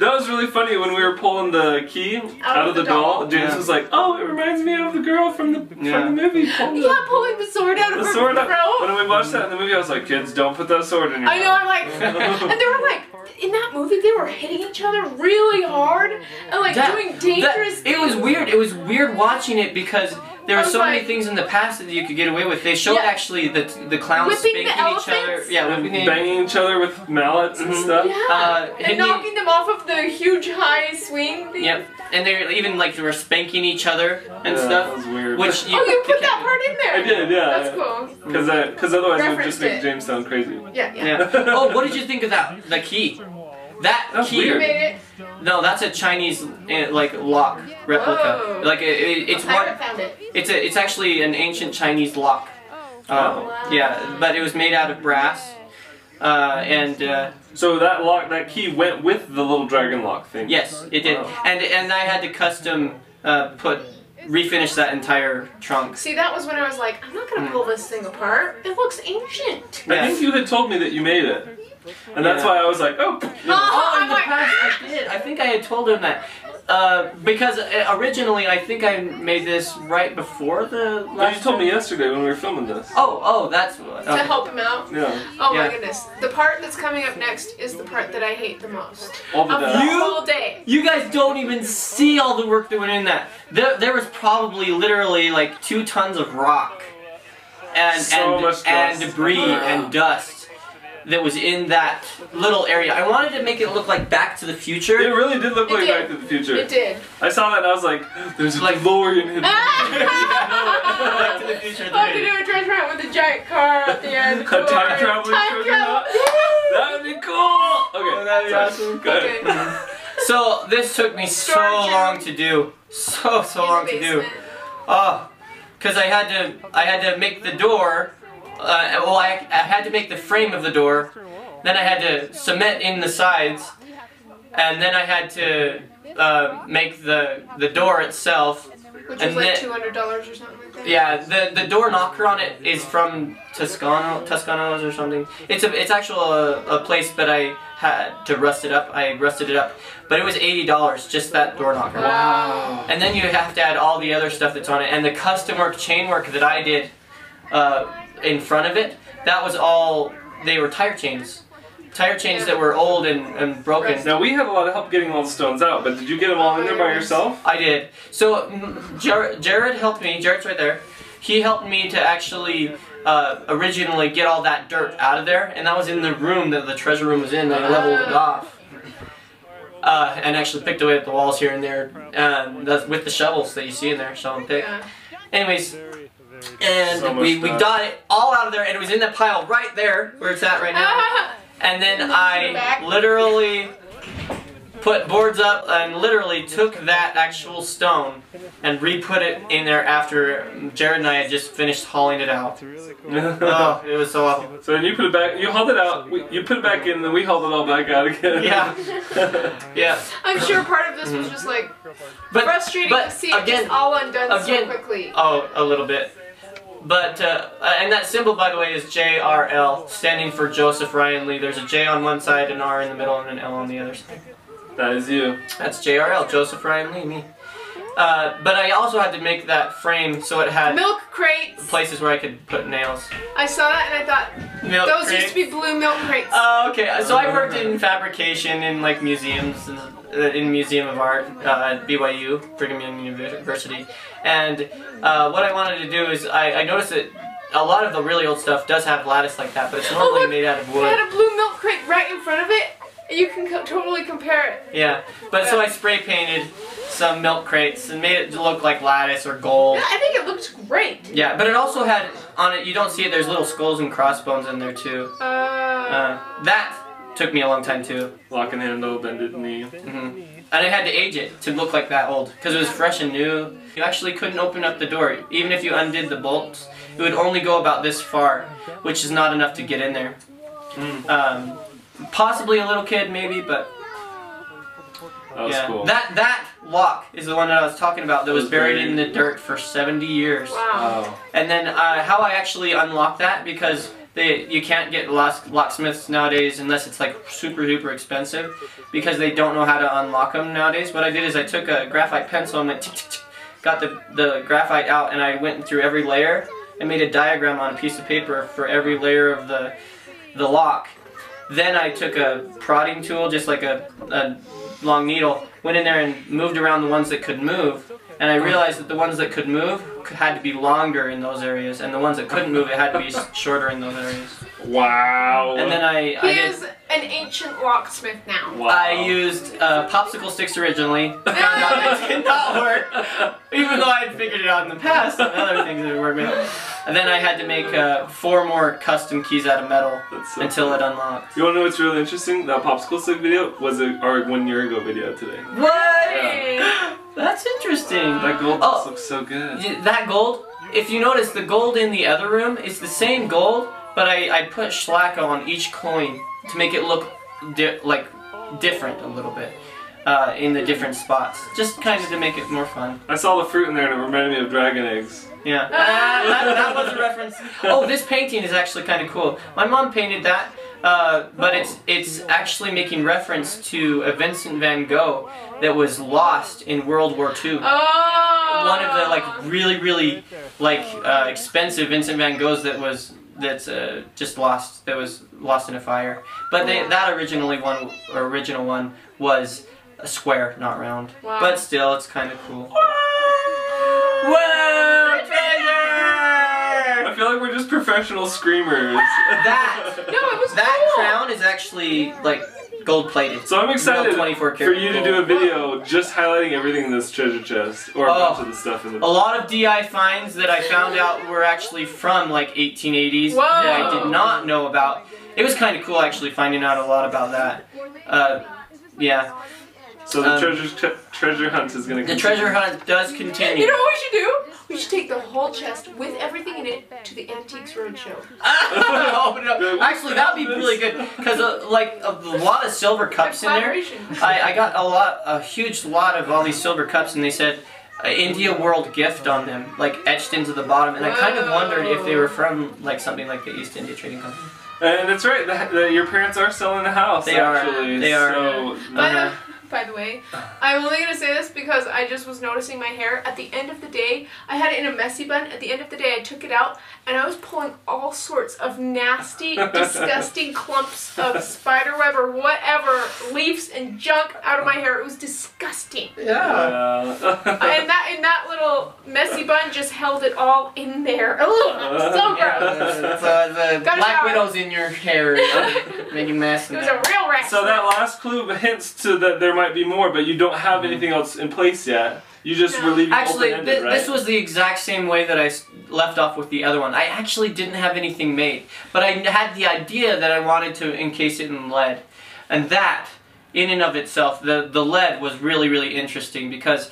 S6: That was really funny when we were pulling the key out, of the, doll. James
S4: Yeah.
S6: was like, "Oh, it reminds me of the girl from the
S4: Yeah.
S6: from the movie." Pulling the,
S5: Yeah, pulling the sword out of
S6: the
S5: her
S6: sword
S5: throat.
S6: up. When we watched that in the movie, I was like, "Kids, don't put that sword in your."
S5: I know. I'm like, and they were like, in that movie, they were hitting each other really hard and like
S4: That-
S5: doing
S4: That-
S5: dangerous.
S4: it was weird. It was weird watching it because there
S5: I
S4: were
S5: was
S4: so
S5: like-
S4: many things in the past that you could get away with. They showed
S5: Yeah.
S4: actually the the clowns
S5: Whipping
S4: spanking
S5: the
S4: each other.
S5: elephants?
S4: Yeah,
S6: mouth."
S4: whipping the
S6: banging each other with mallets and
S4: Mhm.
S6: stuff.
S5: Yeah.
S4: Uh,
S5: and
S4: hitting-
S5: knocking them off of the huge high swing. Thing.
S4: Yep. And they're even like they were spanking each other and
S6: Yeah, That
S4: stuff.
S6: was weird.
S4: Which
S5: Oh, you put that part in
S6: I
S5: there.
S6: did, yeah.
S5: That's cool.
S6: Because otherwise it would just
S5: Referenced
S6: make
S5: it.
S6: James sound crazy.
S5: Yeah, yeah.
S4: Yeah. Oh, what did you think of that? The key. That
S6: That's
S4: key.
S5: You
S6: weird.
S5: made it.
S4: No, that's a Chinese eh, like lock replica.
S5: Whoa.
S4: Like it, it, it's
S5: I
S4: one.
S5: found it.
S4: It's a, it's actually an ancient Chinese lock. Uh,
S5: Oh, Wow.
S4: Yeah, but it was made out of brass. Uh, and uh,
S6: So that lock, that key went with the little dragon lock thing.
S4: yes, it did.
S6: Wow.
S4: And and I had to custom uh, put refinish that entire trunk.
S5: See, that was when I was like, I'm not gonna pull this thing apart. It looks ancient.
S6: I
S4: Yeah.
S6: think you had told me that you made it, and that's
S4: Yeah.
S6: why I was like, "Oh,
S5: Oh,
S4: Oh, in
S5: I'm
S4: the
S5: like,
S4: past, I did. I think I had told him that. Uh, because uh, originally, I think I made this right before the
S6: Well,
S4: last.
S6: you told me yesterday when we were filming this.
S4: Oh, oh, that's. what-
S5: to
S4: okay.
S5: help him out.
S6: Yeah.
S5: Oh my
S4: Yeah.
S5: goodness. The part that's coming up next is the part that I hate the most.
S6: All the
S5: Of the
S6: data.
S4: You-
S5: whole day.
S4: You guys don't even see all the work that went in that. There, there was probably literally like two tons of rock, and
S6: So
S4: and
S6: much dust.
S4: and debris and dust that was in that little area. I wanted to make it look like Back to the Future.
S6: It really did look
S5: It
S6: like
S5: did.
S6: Back to the Future.
S5: It did.
S6: I saw that and I was like, there's a
S4: Like-
S6: DeLorean hidden.
S4: Back to
S5: I
S4: the Future.
S5: have to
S4: three.
S5: do a treasure hunt with a giant car at the end.
S6: A time traveling
S5: Time
S6: treasure hunt?
S5: travel.
S6: That would be cool! Okay,
S4: that'd be
S6: sorry.
S4: awesome.
S6: Go ahead.
S5: Okay.
S4: So this took me so
S5: Storage
S4: long
S5: room.
S4: to do. So so
S5: In the
S4: long to do.
S5: basement.
S4: Oh, because I had to I had to make the door. Uh, well, I, I had to make the frame of the door. Then I had to cement in the sides, and then I had to uh, make the the door itself.
S5: which
S4: And
S5: was like
S4: that-
S5: two hundred dollars or something like that.
S4: Yeah, the the door knocker on it is from Toscano, Toscano's or something. It's a it's actual uh, a place, but I had to rust it up. I rusted it up, but it was eighty dollars just that door knocker.
S5: Wow.
S4: And then you have to add all the other stuff that's on it, and the custom work, chain work that I did uh, in front of it. That was all. They were tire chains, tire chains that were old and, and broken.
S6: Now we had a lot of help getting all the stones out, but did you get them all in there by yourself?
S4: I did. So mm, Jar- Jared helped me. Jared's right there. He helped me to actually uh, originally get all that dirt out of there, and that was in the room that the treasure room was in. That I leveled it off, uh, and actually picked away at the walls here and there um, that's with the shovels that you see in there, shoveling pick.
S5: Yeah.
S4: Anyways,
S7: Very, very.
S4: and
S6: So much
S4: we, we
S6: stuff.
S4: got it all out of there, and it was in that pile right there where it's at right now. And then I
S5: Back.
S4: literally put boards up and literally took that actual stone and re put it in there after Jared and I had just finished hauling it out.
S7: It's really cool.
S4: Oh, it was so awful.
S6: so then you put it back. You hauled it out. We, you put it back in, then we hauled it all back out again.
S4: Yeah, yeah.
S5: I'm sure part of this was just like
S4: But
S5: frustrating
S4: but
S5: to see it
S4: again-
S5: just all undone
S4: again-
S5: so quickly.
S4: oh, a little bit. But uh, uh, and that symbol, by the way, is JRL, standing for Joseph Ryan Lee. There's a J on one side, an R in the middle, and an L on the other side.
S6: That is you.
S4: That's JRL, Joseph Ryan Lee, me. Uh, but I also had to make that frame so it had
S5: Milk crates.
S4: places where I could put nails.
S5: I saw that and I thought
S4: Milk
S5: those
S4: crate.
S5: used to be blue milk crates.
S4: Oh, okay. So I worked in fabrication in like museums, and, uh, in Museum of Art uh, at BYU, Brigham Young University, and uh, what I wanted to do is I, I noticed that a lot of the really old stuff does have lattice like that, but it's normally
S5: Oh, look,
S4: made out of
S5: I
S4: wood.
S5: had a blue milk crate right in front of it. and You can co- totally compare it.
S4: Yeah. But so I spray painted some milk crates and made it look like lattice or gold.
S5: I think it looks great.
S4: Yeah, but it also had on it. You don't see it. There's little skulls and crossbones in there too.
S5: Uh,
S4: Uh, that took me a long time too,
S6: Lock and handle, bended knee.
S4: hmm and I had to age it to look like that old because it was fresh and new. You actually couldn't open up the door, even if you undid the bolts. It would only go about this far, which is not enough to get in there.
S6: Hmm.
S4: Um, possibly a little kid, maybe, but
S6: That was
S4: yeah.
S6: cool.
S4: That that lock is the one that I was talking about that
S6: It
S4: was
S6: was
S4: buried
S6: buried.
S4: in the dirt for 70 years.
S5: wow.
S6: wow.
S4: And then uh, how I actually unlock that because they you can't get locks, locksmiths nowadays unless it's like super duper expensive because they don't know how to unlock them nowadays. What I did is I took a graphite pencil and went tick, tick, tick, got the the graphite out and I went through every layer and made a diagram on a piece of paper for every layer of the the lock. Then I took a prodding tool, just like a, a long needle, went in there and moved around the ones that could move. And I realized that the ones that could move c- had to be longer in those areas, and the ones that couldn't move, it had to be s- shorter in those areas.
S6: Wow.
S4: And then I,
S5: He
S4: I did.
S5: is an ancient locksmith now.
S6: Wow.
S4: I used uh, popsicle sticks originally. Found out it did not work, even though I had figured it out in the past and other things that worked. And then I had to make uh, four more custom keys out of metal
S6: That's so
S4: until it unlocked.
S6: You wanna know what's really interesting? That popsicle stick video was a, our one year ago video today.
S4: What?
S6: Yeah.
S4: That's interesting.
S6: That gold
S4: Oh.
S6: looks so good.
S4: Y- That gold, if you notice, the gold in the other room is the same gold, but I, I put schlack on each coin to make it look di- like different a little bit uh, in the different spots, just kind of to make it more fun.
S6: I saw the fruit in there and it reminded me of dragon eggs.
S4: Yeah, Ah, that, that was a reference. Oh, this painting is actually kind of cool. My mom painted that. Uh, but it's it's actually making reference to a Vincent Van Gogh that was lost in World War II
S5: Oh.
S4: one of the like really really like uh, expensive Vincent Van Goghs that was that's uh, just lost that was lost in a fire. But they, that originally one original one was a square, not round.
S5: Wow.
S4: But still, it's kind of cool. Whoa,
S6: I
S4: treasure!
S6: feel like we're just professional screamers.
S4: That
S5: No, Oh, it was
S4: that
S5: cool.
S4: crown is actually like gold plated.
S6: So I'm excited
S4: Real 24
S6: for
S4: karat
S6: you to
S4: gold.
S6: do a video just highlighting everything in this treasure chest or a
S4: Oh.
S6: bunch of the stuff in
S4: A
S6: the.
S4: lot of DI finds that I found out were actually from like 1880s
S5: Whoa.
S4: that I did not know about. It was kind of cool actually finding out a lot about that. Uh, yeah,
S6: So the
S4: um,
S6: treasure tre- treasure hunt is gonna.
S4: the
S6: Continue.
S4: treasure hunt does
S5: You
S4: continue.
S5: know what we should do? We should take the whole chest with everything in it to the Antiques Roadshow.
S4: Oh, no. Actually, that'd be really good because uh, like a lot of silver cups in there.
S5: Collaboration.
S4: I, I got a lot, a huge lot of all these silver cups, and they said. a India World gift on them, like etched into the bottom, and I kind of wondered if they were from like something like the East India Trading Company.
S6: And that's right. The, the, your parents are selling the house.
S4: They are.
S6: actually,
S4: They are.
S6: So
S5: By
S4: Uh-huh.
S5: the, by the way, I'm only gonna say this because I just was noticing my hair. At the end of the day, I had it in a messy bun. At the end of the day, I took it out and I was pulling all sorts of nasty, disgusting clumps of spider web or whatever leaves and junk out of my hair. It was disgusting.
S4: Yeah.
S6: uh-huh.
S5: and that and that little messy bun just held it all in there.
S1: Oh.
S5: Ugh, so gross.
S4: the the
S5: Got a
S4: black
S5: shower.
S4: widow's in your hair, uh, making mess.
S5: It
S4: And
S5: was a
S4: that.
S5: real rat.
S6: So that last clue hints to that there might be more, but you don't have anything else in place yet. You just
S5: No.
S6: were leaving
S4: Mm-hmm. Actually,
S6: open-ended,
S4: th-
S6: right?
S4: this was the exact same way that I s- left off with the other one. I actually didn't have anything made, but I had the idea that I wanted to encase it in lead, and that, in and of itself, the the lead was really really interesting because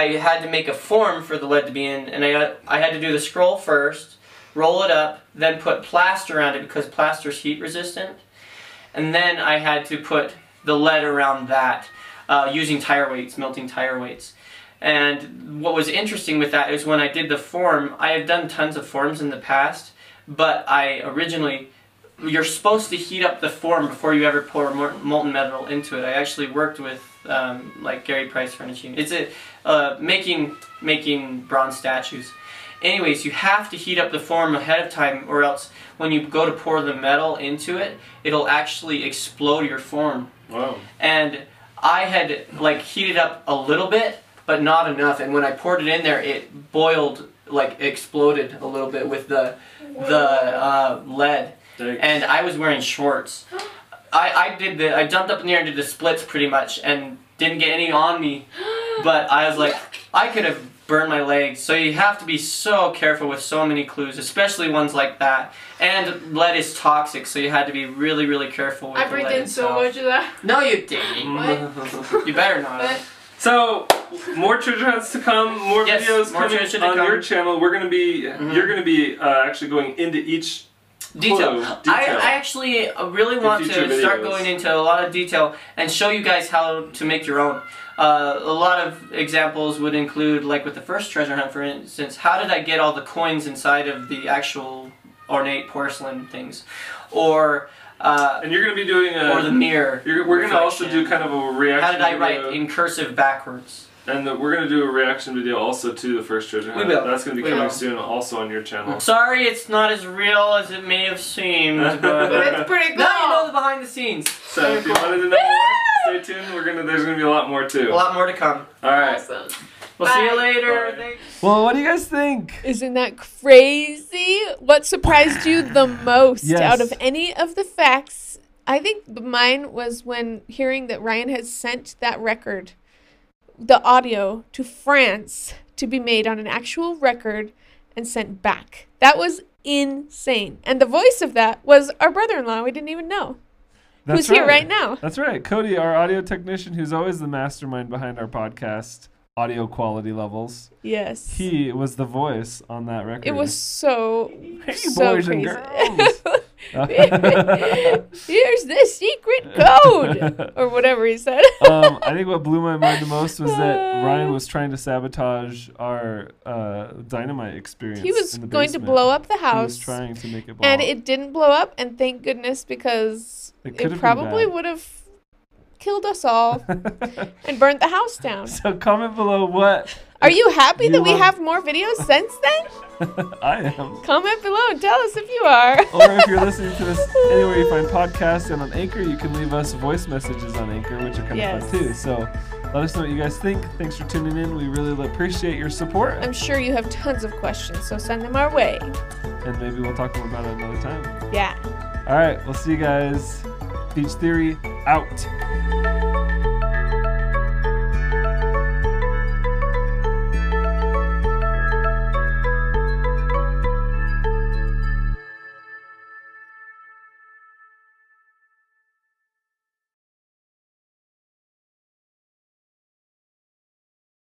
S4: I had to make a form for the lead to be in, and I I had to do the scroll first, roll it up, then put plaster around it because plaster's heat resistant, and then I had to put the lead around that uh, using tire weights, melting tire weights. And what was interesting with that is when I did the form, I have done tons of forms in the past, but I originally, you're supposed to heat up the form before you ever pour mol- molten metal into it. I actually worked with um, like Gary Price Furnishing. It's a uh, making making bronze statues. Anyways, you have to heat up the form ahead of time, or else when you go to pour the metal into it, it'll actually explode your form
S6: Wow.
S4: and I had like heated up a little bit, but not enough. And when I poured it in there, it boiled, like exploded a little bit with the the uh, lead.
S6: Thanks.
S4: And I was wearing shorts. I I did the I jumped up in the air and did the splits pretty much, and didn't get any on me. But I was like, I could have burned my legs. So you have to be so careful with so many clues, especially ones like that. And lead is toxic, so you had to be really, really careful with
S5: I
S4: the
S5: breathed
S4: lead
S5: in so
S4: itself.
S5: much of that.
S4: No, you didn't. You better not.
S5: But
S6: So more treasure hunts to come, more
S4: Yes,
S6: videos
S4: more
S6: coming
S4: treasure to
S6: on
S4: come. Mm-hmm.
S6: your channel. We're gonna be, you're gonna be uh, actually going into each.
S4: detail.
S6: Clue,
S4: I,
S6: detail.
S4: I actually uh, really want to
S6: future
S4: start
S6: videos.
S4: going into a lot of detail and show you guys how to make your own. Uh, a lot of examples would include, like with the first treasure hunt, for instance, how did I get all the coins inside of the actual ornate porcelain things, or uh,
S6: And you're gonna be doing a.
S4: or the mirror.
S6: you're, we're gonna also
S4: reflection.
S6: do kind of a reaction.
S4: How did I
S6: video.
S4: write in cursive backwards?
S6: And the, we're gonna do a reaction video also to the first treasure hunt.
S4: will.
S6: That's gonna be
S4: We
S6: coming
S4: will.
S6: soon, also on your channel.
S4: Sorry, it's not as real as it may have seemed,
S5: but
S4: but
S5: it's pretty cool.
S4: now you know the behind the scenes.
S6: So if you wanted to know more, stay tuned. We're gonna there's gonna be a lot more
S4: A
S6: too. All
S4: lot more to come.
S6: right.
S5: Awesome.
S4: We'll see you
S5: Bye.
S4: later.
S6: Bye.
S4: Thanks.
S2: Well, what do you guys think?
S1: Isn't that crazy? What surprised you the most
S2: Yes.
S1: out of any of the facts? I think mine was when hearing that Ryan has sent that record, the audio, to France to be made on an actual record and sent back. That was insane. And the voice of that was our brother in law, we didn't even know, who's here right now.
S2: That's right. Cody, our audio technician, who's always the mastermind behind our podcast audio quality levels.
S1: Yes.
S2: He was the voice on that record.
S1: it was so,
S2: Hey,
S1: so
S2: boys and
S1: crazy.
S2: girls.
S1: Here's the secret code, or whatever he said.
S2: um, I think what blew my mind the most was that Ryan was trying to sabotage our uh, dynamite experience.
S1: he was
S2: in the
S1: going to
S2: basement.
S1: blow up the
S2: He was
S1: house,
S2: trying to make it blow
S1: and
S2: up.
S1: it didn't blow up. And thank goodness because
S2: It
S1: it,
S2: could've been
S1: probably
S2: bad.
S1: would have killed us all and burned the house down.
S2: so comment below what
S1: Are you happy
S2: You
S1: that we
S2: love-
S1: have more videos since then?
S2: I am.
S1: Comment below and tell us if you are.
S2: or if you're listening to this anywhere you find podcasts and on Anchor, you can leave us voice messages on Anchor, which are kind
S1: Yes.
S2: of fun too. So let us know what you guys think. Thanks for tuning in. We really appreciate your support.
S1: I'm sure you have tons of questions, so send them our way.
S2: And maybe we'll talk more about it another time.
S1: Yeah.
S2: All right, we'll see you guys. Beach Theory out.